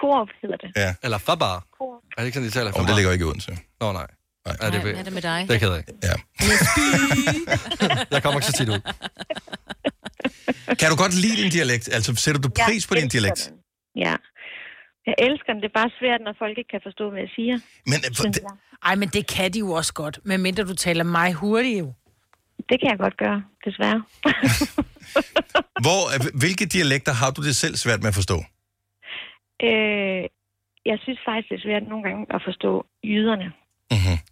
Coop hedder det.
Ja.
Eller Fabar.
Coop.
Er det ikke sådan, de taler?
Om det ligger ikke i Odense.
Nå, nej.
Nej,
er det,
Nej, hvad er det med dig?
Det keder jeg ikke.
Ja.
jeg kommer ikke så tit ud.
Kan du godt lide din dialekt? Altså, sætter du
Jeg
pris på din
elsker
dialekt?
den. Ja. Jeg elsker den. Det er bare svært, når folk ikke kan forstå, hvad jeg siger.
Men, øh, for, det,
Ej, men det kan de jo også godt, medmindre du taler mig hurtigt jo.
Det kan jeg godt gøre, desværre.
hvor, øh, hvilke dialekter har du det selv svært med at forstå?
Øh, jeg synes faktisk, det er svært nogle gange at forstå jyderne.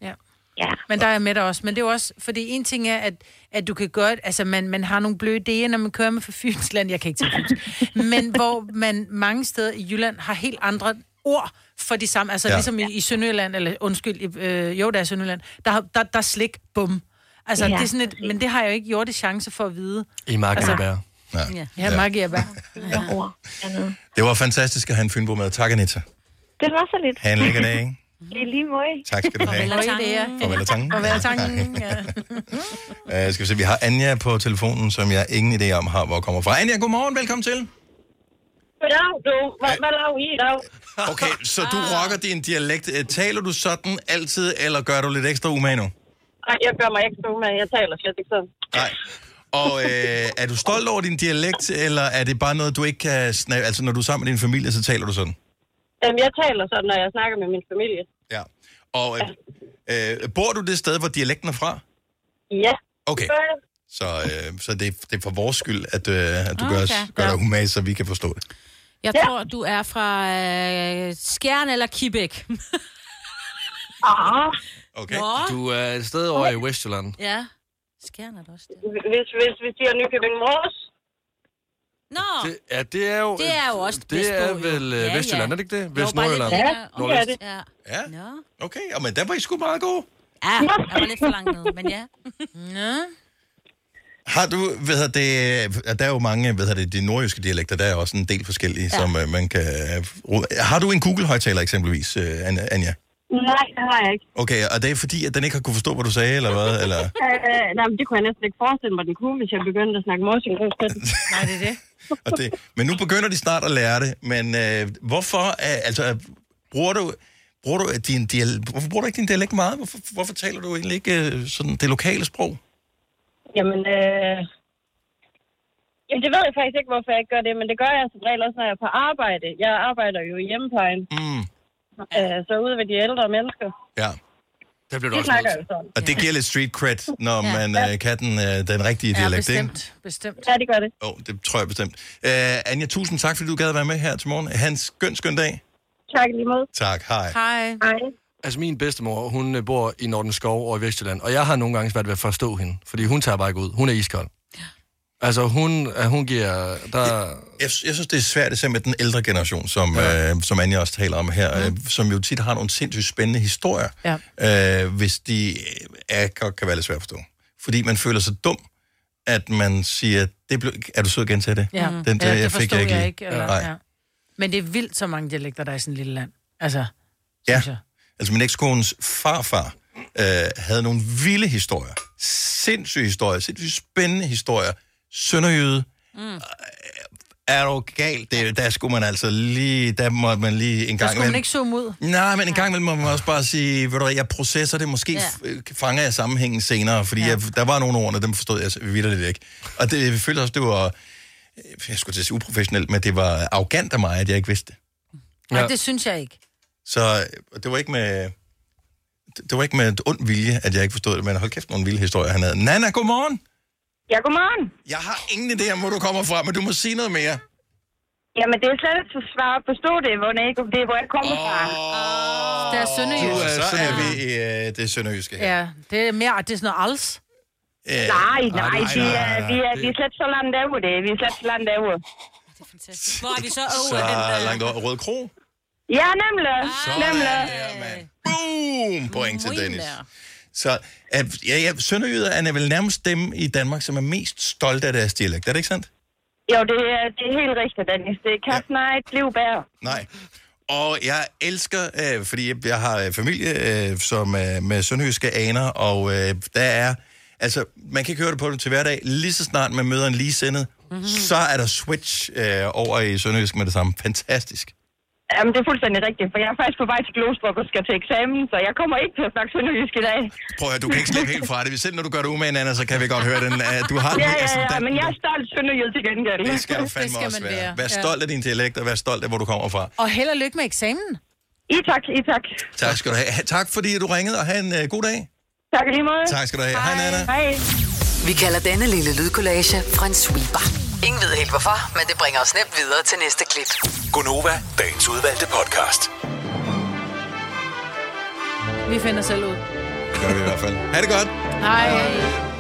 Ja.
ja.
Men der er jeg med dig også. Men det er jo også, fordi en ting er, at, at du kan gøre, altså man, man har nogle bløde idéer, når man kører med for Fynsland. Jeg kan ikke tage Fyns. Men hvor man mange steder i Jylland har helt andre ord for de samme. Altså
Ja.
ja. ligesom i, i Sønderjylland, eller undskyld, i, øh, jo, der er Sønderjylland, der, har- der, der er slik, bum. Altså,
Ja,
ja, det er sådan et, men det har jeg jo ikke gjort chance for at vide.
I marken altså,
altså,
bær.
Ja, ja. Mark ja.
ord. dernede.
Det var fantastisk at have en fynbo med. Tak, Anita.
Det var så lidt.
Ha' en lækker dag. ikke?
I lige måde.
Tak skal du have.
Farvel og tangen.
Farvel og tangen.
Farvel og tangen, ja.
Uh, skal vi se, vi har Anja på telefonen, som jeg ingen idé om har, hvor kommer fra. Anja, godmorgen, velkommen til.
Goddag, du. Hvad, hvad laver I i dag?
Okay, så du
Ah.
rocker din dialekt. Øh, Taler du sådan altid, eller gør du lidt ekstra umage nu?
Nej, jeg gør mig ikke så med. Jeg taler slet ikke sådan.
Nej. Og øh, er du stolt over din dialekt, eller er det bare noget, du ikke kan snakke? Altså, når du er sammen med din familie, så taler du sådan?
Jamen, jeg taler sådan, når jeg snakker med min familie.
Ja. Og øh, øh, bor du det sted, hvor dialekten er fra?
Ja.
Okay.
Gør jeg.
Så, øh, så det, det er for vores skyld, at, øh, at du okay. gør,
Ah, Okay.
os- gør dig umage, så vi kan forstå det.
Jeg tror, du er fra øh, Skjern eller Kibæk.
Ah.
Okay.
Nå.
Du er et sted over i Westjylland.
Ja. Skjern er det også det.
Hvis, hvis vi siger Nykøbing Mors,
Nå,
Det, ja, det er jo...
Det er jo også
Det
vestpå,
er
jo.
vel øh,
Ja, ja.
Vestjylland, er det ikke det?
Jo,
Vest
bare lidt
Nordjylland.
længere.
Ja, det er det.
Ja,
Ja. Nå. Ah,
okay. Og, men der var I sgu meget gode.
Ja, jeg var lidt for langt ned, men ja. Nå.
Har du, ved jeg, det, øh, der er jo mange, ved jeg, det, de nordjyske dialekter, der er også en del forskellige, ja. som øh, man kan... rode- Har du en Google-højtaler eksempelvis, øh, Anja- Anja?
Nej, det har jeg ikke.
Okay, og det er fordi, at den ikke har kunne forstå, hvad du sagde, eller hvad? Eller...
Øh, nej, men det kunne jeg næsten ikke forestille mig, den kunne, hvis jeg begyndte at snakke morsingkøst til den.
Nej, det er det.
Og det, men nu begynder de snart at lære det, men øh, hvorfor, øh, altså, øh, bruger du, bruger du din dial, hvorfor bruger du ikke din dialekt meget? Hvorfor, hvorfor taler du egentlig ikke øh, sådan det lokale sprog?
Jamen, øh... Jamen, det ved jeg faktisk ikke, hvorfor jeg ikke gør det, men det gør jeg som regel også, når jeg er på arbejde. Jeg arbejder jo i hjemmeplejen,
mm.
øh, så ude ved de ældre mennesker.
Ja.
Der
bliver
Det snakker jeg jo sådan.
Og det giver lidt street cred, når
Ja.
ja. man øh, kan den, øh, den rigtige
Ja,
dialekt, ikke?
bestemt.
Bestemt.
Ja, det gør det.
Jo, oh, det tror jeg bestemt. Øh, Anja, tusind tak, fordi du gad at være med her til morgen. Hans, skøn, skøn dag.
Tak lige måde.
Tak, hej.
Hej.
Hej.
Altså min bedstemor, hun øh, bor i Nordenskov over i Vestjylland, og jeg har nogle gange svært ved at forstå hende, fordi hun tager bare ikke ud. Hun er iskold. Altså hun, øh, hun giver... Der...
Jeg, jeg synes, det er svært især med den ældre generation, som, ja. øh, som Anja også taler om her, mm. øh, som jo tit har nogle sindssygt spændende historier, ja. øh, hvis de øh, er, kan, kan være lidt svært at forstå. Fordi man føler sig dum, at man siger, det blev, er du sød at gentage det?
Ja.
Den
Mhm. ja,
der, jeg
det
fik
forstod
jeg ikke. lige."
ikke eller,
Nej.
ja. Men det er vildt, så mange dialekter, der er i sådan et lille land. Altså,
Ja, altså min ekskones farfar øh, havde nogle vilde historier. Sindssyge historier, sindssygt spændende historier. Sønderjyde. Mm. Er du galt? Det, der skulle man altså lige, der måtte man lige en
der
gang
skulle man ikke zoome ud.
Nej, men en gang imellem må man også bare sige, ved du hvad, jeg processer det, måske
Ja.
ja. fanger jeg sammenhængen senere, fordi ja. jeg, der var nogle ord, og dem forstod jeg vildt lidt ikke. Og det, jeg følte også, det var, øh, jeg skulle til at sige uprofessionelt, men det var arrogant af mig, at jeg ikke vidste det.
Nej, det synes jeg ikke.
Så øh, det var ikke med... Det det var ikke med et ond vilje, at jeg ikke forstod det, men hold kæft, nogle vilde historier, han havde. Nana, godmorgen!
Ja, godmorgen.
Jeg har ingen idé om, hvor du kommer fra, men du må sige noget mere.
Jamen, det er slet ikke så svært at forstå det, hvor, ikke, det er, hvor jeg kommer fra.
Der er sønderjysk.
Du, øh, så er vi i øh, det sønderjyske her.
Ja, det er mere, det er sådan noget als.
Øh,
Nej,
nej,
nej, vi
nej,
er,
nej,
vi er,
det-
vi er slet så langt derude, det. er. Vi er slet så langt derude.
Hvor er vi så
Så
over den øh, der?
langt over Rød Kro.
Ja, nemlig. nemlig.
Boom! Point til Dennis. Så at, ja, ja, sønderjyder er vel nærmest dem i Danmark, som er mest stolte af deres dialekt. Er det ikke sandt?
Jo, det er, det er helt rigtigt, Dennis. Det kan snart ikke blive bedre.
Nej. Og jeg elsker, øh, fordi jeg, jeg har øh, familie, øh, som øh, med sønderjyske aner, og øh, der er, altså, man kan ikke høre det på dem til hverdag. Lige så snart man møder en ligesindet, mm-hmm. så er der switch øh, over i sønderjysk med det samme. Fantastisk.
Jamen, det er fuldstændig rigtigt, for jeg er faktisk på vej til Glosborg og skal til eksamen, så jeg kommer ikke til at snakke sønderjysk i dag.
Prøv at høre, du kan ikke slippe helt fra det. Selv når du gør det umagen, Anna, så kan vi godt høre den. Øh, du har den
Ja, ja, ja,
ascendanten.
men jeg er stolt sønderjyd til gengæld.
Det skal du fandme også være. Vær stolt af din dialekt, og vær stolt af, hvor du kommer fra.
Og held og lykke med eksamen.
I tak, i tak.
Tak skal du have. Ha- Tak fordi du ringede, og have en øh, god dag.
Tak lige meget.
Tak skal du have. Hej, Hej Nana.
Hej.
Vi kalder denne lille lydkollage Frans sweeper. Ingen ved helt hvorfor, men det bringer os nemt videre til næste klip.
Gunova, dagens udvalgte podcast.
Vi finder selv ud.
Gør vi i hvert fald. Ha' det godt.
Hej.